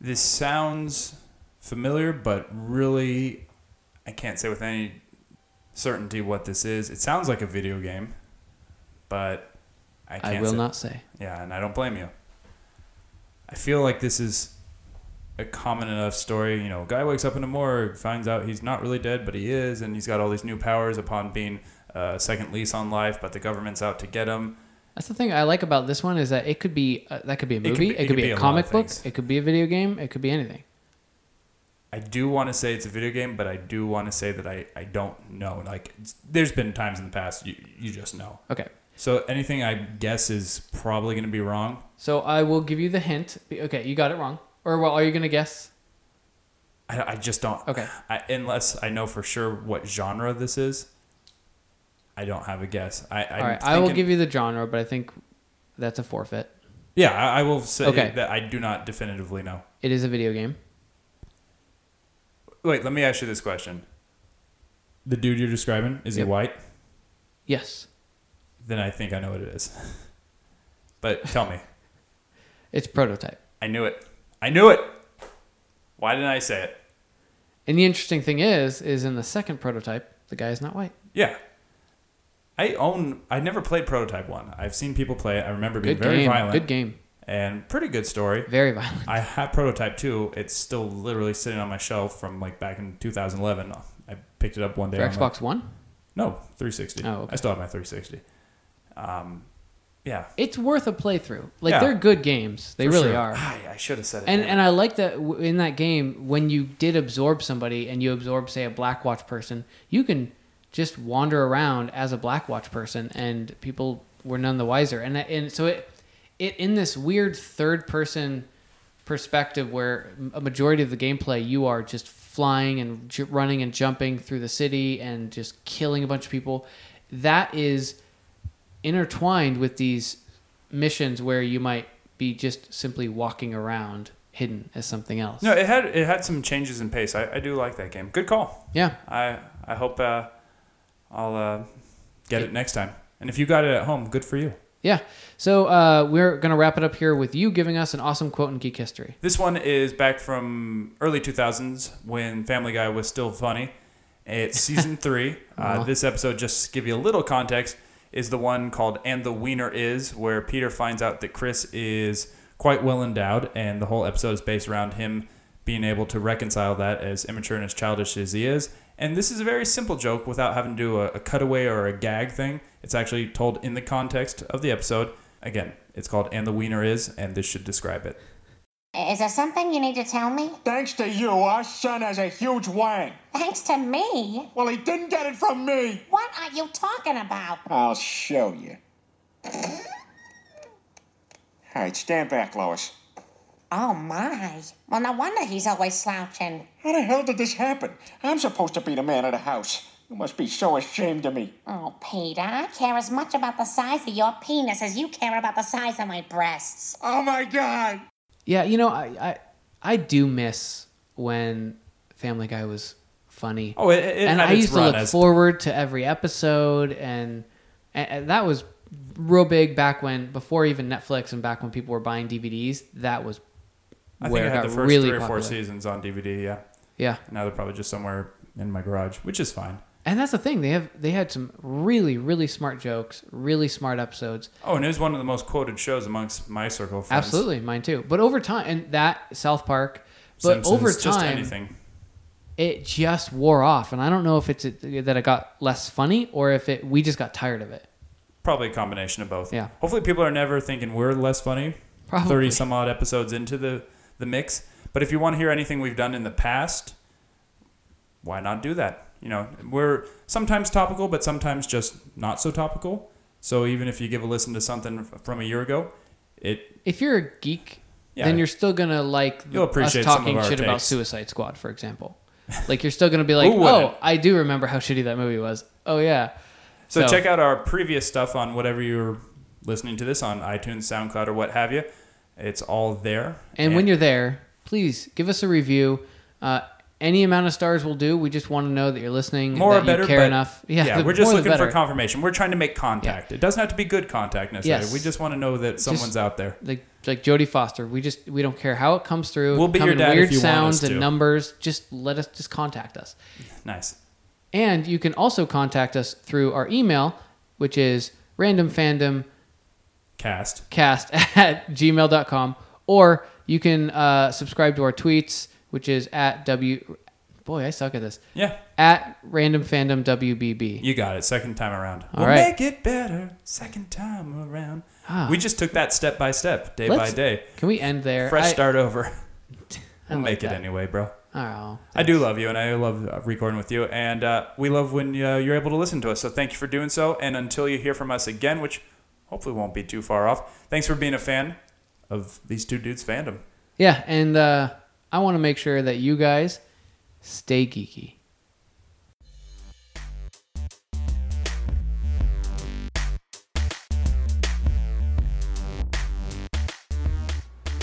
Speaker 1: This sounds familiar, but really, I can't say with any certainty what this is. It sounds like a video game, but I can't.
Speaker 2: I, will
Speaker 1: say-
Speaker 2: not say.
Speaker 1: Yeah, and I don't blame you. I feel like this is a common enough story. You know, guy wakes up in a morgue, finds out he's not really dead, but he is, and he's got all these new powers upon being uh, second lease on life, but the government's out to get him.
Speaker 2: That's the thing I like about this one is that it could be uh, that could be a
Speaker 1: could
Speaker 2: movie, it
Speaker 1: be-
Speaker 2: could be,
Speaker 1: lot
Speaker 2: a,
Speaker 1: of
Speaker 2: comic book,
Speaker 1: things.
Speaker 2: it could be a video game, it could be anything.
Speaker 1: I do want to say it's a video game, but I do want to say that I, I don't know. Like, it's- there's been times in the past you, you just know.
Speaker 2: Okay.
Speaker 1: So anything I guess is probably going to be wrong.
Speaker 2: So I will give you the hint. Okay, you got it wrong. Or well, are you going to guess?
Speaker 1: I, I just don't.
Speaker 2: Okay.
Speaker 1: I, unless I know for sure what genre this is, I don't have a guess. I, I'm
Speaker 2: All right, I will
Speaker 1: thinking-
Speaker 2: give you the genre, but I think that's a forfeit.
Speaker 1: Yeah, I, I will say
Speaker 2: Okay.
Speaker 1: that I do not definitively know.
Speaker 2: It is a video game.
Speaker 1: Wait, let me ask you this question. The dude you're describing is
Speaker 2: Yep.
Speaker 1: he white?
Speaker 2: Yes.
Speaker 1: Then I think I know what it is. <laughs> but tell me,
Speaker 2: It's prototype.
Speaker 1: I knew it. I knew it. Why didn't I say it?
Speaker 2: And the interesting thing is, is in the second prototype, the guy is not white.
Speaker 1: Yeah. I own. I never played Prototype One. I've seen people play it. I remember being
Speaker 2: Good
Speaker 1: very
Speaker 2: game.
Speaker 1: violent
Speaker 2: Good game.
Speaker 1: and pretty good story.
Speaker 2: Very violent.
Speaker 1: I have Prototype 2. It's still literally sitting on my shelf from like back in 2011. I picked it up one day.
Speaker 2: For
Speaker 1: on my-
Speaker 2: Xbox One,
Speaker 1: no, 360.
Speaker 2: Oh, okay.
Speaker 1: I still have my 360. Um, yeah.
Speaker 2: it's worth a playthrough. Like
Speaker 1: Yeah.
Speaker 2: they're good games. They
Speaker 1: for
Speaker 2: really
Speaker 1: sure.
Speaker 2: are.
Speaker 1: I, I should have said it.
Speaker 2: And
Speaker 1: then.
Speaker 2: and I like that w- in that game when you did absorb somebody and you absorb say a Blackwatch person, you can just wander around as a Blackwatch person and people were none the wiser. And that- and so it it in this weird third person perspective where a majority of the gameplay you are just flying and j- running and jumping through the city and just killing a bunch of people. That is intertwined with these missions where you might be just simply walking around hidden as something else.
Speaker 1: no, it had it had some changes in pace. I, I do like that game. Good call.
Speaker 2: Yeah.
Speaker 1: I I hope uh, I'll uh, get it next time. And if you got it at home, good for you.
Speaker 2: Yeah. So uh, we're going to wrap it up here with you giving us an awesome quote in geek history.
Speaker 1: This one is back from early 2000s when Family Guy was still funny. It's season three. Uh,
Speaker 2: Aw.
Speaker 1: this episode, just to give you a little context, is the one called And the Wiener Is, where Peter finds out that Chris is quite well endowed, and the whole episode is based around him being able to reconcile that as immature and as childish as he is. And this is a very simple joke without having to do a, a cutaway or a gag thing. It's actually told in the context of the episode. Again, it's called And the Wiener Is, and this should describe it.
Speaker 3: Is there something you need to tell me?
Speaker 4: Thanks to you, our son has a huge wang.
Speaker 3: Thanks to me?
Speaker 4: Well, he didn't get it from me.
Speaker 3: What are you talking about?
Speaker 4: I'll show you. All right, stand back, Lois.
Speaker 3: Oh my. Well, no wonder he's always slouching.
Speaker 4: How the hell did this happen? I'm supposed to be the man of the house. You must be so ashamed of me.
Speaker 3: Oh, Peter, I care as much about the size of your penis as you care about the size of my breasts.
Speaker 4: Oh my god!
Speaker 2: Yeah, you know, I I, I do miss when Family Guy was funny.
Speaker 1: Oh, it, it
Speaker 2: and
Speaker 1: had
Speaker 2: I
Speaker 1: its
Speaker 2: used to
Speaker 1: run
Speaker 2: look
Speaker 1: as
Speaker 2: forward to every episode, and, and, and that was real big back when before even Netflix and back when people were buying DVDs. That was
Speaker 1: I think
Speaker 2: where
Speaker 1: I
Speaker 2: it
Speaker 1: had
Speaker 2: got
Speaker 1: the first
Speaker 2: really
Speaker 1: three or four
Speaker 2: popular.
Speaker 1: seasons on DVD. Yeah,
Speaker 2: Yeah,
Speaker 1: now they're probably just somewhere in my garage, which is fine.
Speaker 2: and that's the thing they have they had some really really smart jokes, really smart episodes.
Speaker 1: Oh, and it was one of the most quoted shows amongst my circle of friends.
Speaker 2: Absolutely, mine too. But over time, and that South Park. But
Speaker 1: Simpsons,
Speaker 2: over
Speaker 1: just
Speaker 2: time,
Speaker 1: anything.
Speaker 2: it just wore off, and I don't know if it's it, that it got less funny or if it we just got tired of it.
Speaker 1: Probably a combination of both.
Speaker 2: Yeah.
Speaker 1: Hopefully, people are never thinking we're less funny.
Speaker 2: Probably.
Speaker 1: Thirty some odd episodes into the the mix. But if you want to hear anything we've done in the past, why not do that? You know, we're sometimes topical, but sometimes just not so topical. So even if you give a listen to something f- from a year ago, it
Speaker 2: If you're a geek,
Speaker 1: Yeah.
Speaker 2: then you're still gonna like
Speaker 1: You'll appreciate
Speaker 2: us
Speaker 1: some of
Speaker 2: talking
Speaker 1: our
Speaker 2: shit about
Speaker 1: takes.
Speaker 2: Suicide Squad, for example. Like you're still
Speaker 1: <laughs>
Speaker 2: gonna be like,
Speaker 1: Who wouldn't?
Speaker 2: oh, I do remember how shitty that movie was. Oh yeah,
Speaker 1: So,
Speaker 2: So-
Speaker 1: check out our previous stuff on whatever you're listening to this on iTunes, SoundCloud, or what have you. It's all there.
Speaker 2: and when you're there, please give us a review. Uh, any amount of stars will do. We just want to know that you're listening,
Speaker 1: more
Speaker 2: that
Speaker 1: or better,
Speaker 2: you care
Speaker 1: but
Speaker 2: enough. <laughs> Yeah, the
Speaker 1: we're just
Speaker 2: more the
Speaker 1: looking for
Speaker 2: better.
Speaker 1: confirmation. We're trying to make contact. It doesn't have to be good contact necessarily.
Speaker 2: Yes.
Speaker 1: We just want to know that someone's out there.
Speaker 2: like like Jodie Foster. We just we don't care how it comes through.
Speaker 1: We'll be
Speaker 2: Come
Speaker 1: your
Speaker 2: in
Speaker 1: dad if
Speaker 2: weird
Speaker 1: you want
Speaker 2: sounds
Speaker 1: us
Speaker 2: and
Speaker 1: to.
Speaker 2: numbers. Just let us just contact us.
Speaker 1: Nice.
Speaker 2: And you can also contact us through our email, which is randomfandomcast
Speaker 1: Cast.
Speaker 2: at gmail.com. Or you can uh, subscribe to our tweets, which is at W. Boy, I suck at this.
Speaker 1: Yeah,
Speaker 2: At randomfandomwbb.
Speaker 1: you got it. Second time around.
Speaker 2: All
Speaker 1: we'll
Speaker 2: right.
Speaker 1: make it better. Second time around.
Speaker 2: Ah.
Speaker 1: We just took that step by step, day by
Speaker 2: Let's-
Speaker 1: day.
Speaker 2: Can we end there?
Speaker 1: Fresh
Speaker 2: I-
Speaker 1: start over.
Speaker 2: <laughs> I
Speaker 1: We'll
Speaker 2: like
Speaker 1: make it
Speaker 2: that.
Speaker 1: anyway, bro.
Speaker 2: Oh,
Speaker 1: I do love you, and I love uh, recording with you, and uh, we love when uh, you're able to listen to us. So thank you for doing so, and until you hear from us again, which hopefully won't be too far off. Thanks for being a fan of these two dudes' fandom.
Speaker 2: Yeah, and uh, I want to make sure that you guys stay geeky.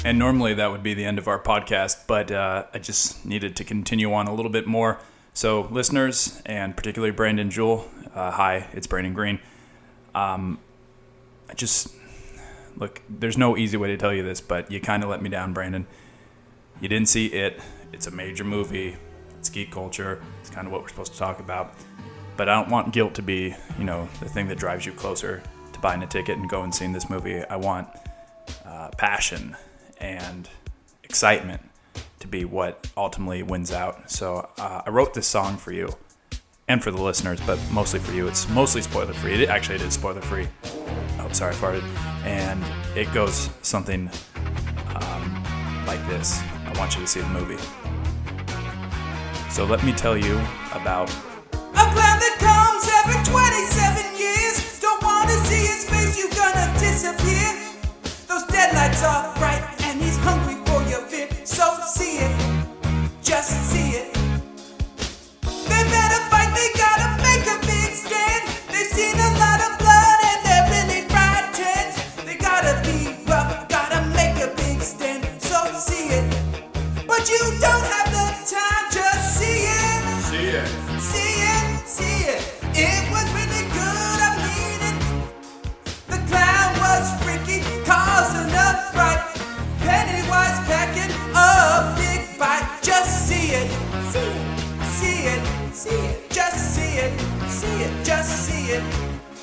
Speaker 1: And normally that would be the end of our podcast, but uh, I just needed to continue on a little bit more. So, listeners, and particularly Brandon Jewell, uh, hi, it's Brandon Green. Um, I just look, there's no easy way to tell you this, but you kind of let me down, Brandon. You didn't see it. It's a major movie. It's geek culture. It's kind of what we're supposed to talk about. But I don't want guilt to be, you know, the thing that drives you closer to buying a ticket and going and seeing this movie. I want uh, passion and excitement to be what ultimately wins out. So uh, I wrote this song for you and for the listeners, but mostly for you. It's mostly spoiler free. It, actually, it is spoiler free. Oh, sorry, I farted. And it goes something um, like this. I want you to see the movie. So let me tell you about
Speaker 5: A clown that comes every 27 years. Don't wanna see his face, you gonna disappear. Those deadlights are bright, and he's hungry for your fear. So see it, just see it. They better fight, they gotta make a big stand. They've seen a lot of blood and they're really frightened. They gotta be rough, gotta make a big stand. So see it, but you don't have the time, just see it. See it, see it. It was really good. I mean it. The clown was freaky, causing a fright. Pennywise packing a big bite. Just see it, see it, see it, see it. Just see it, see it, just see it.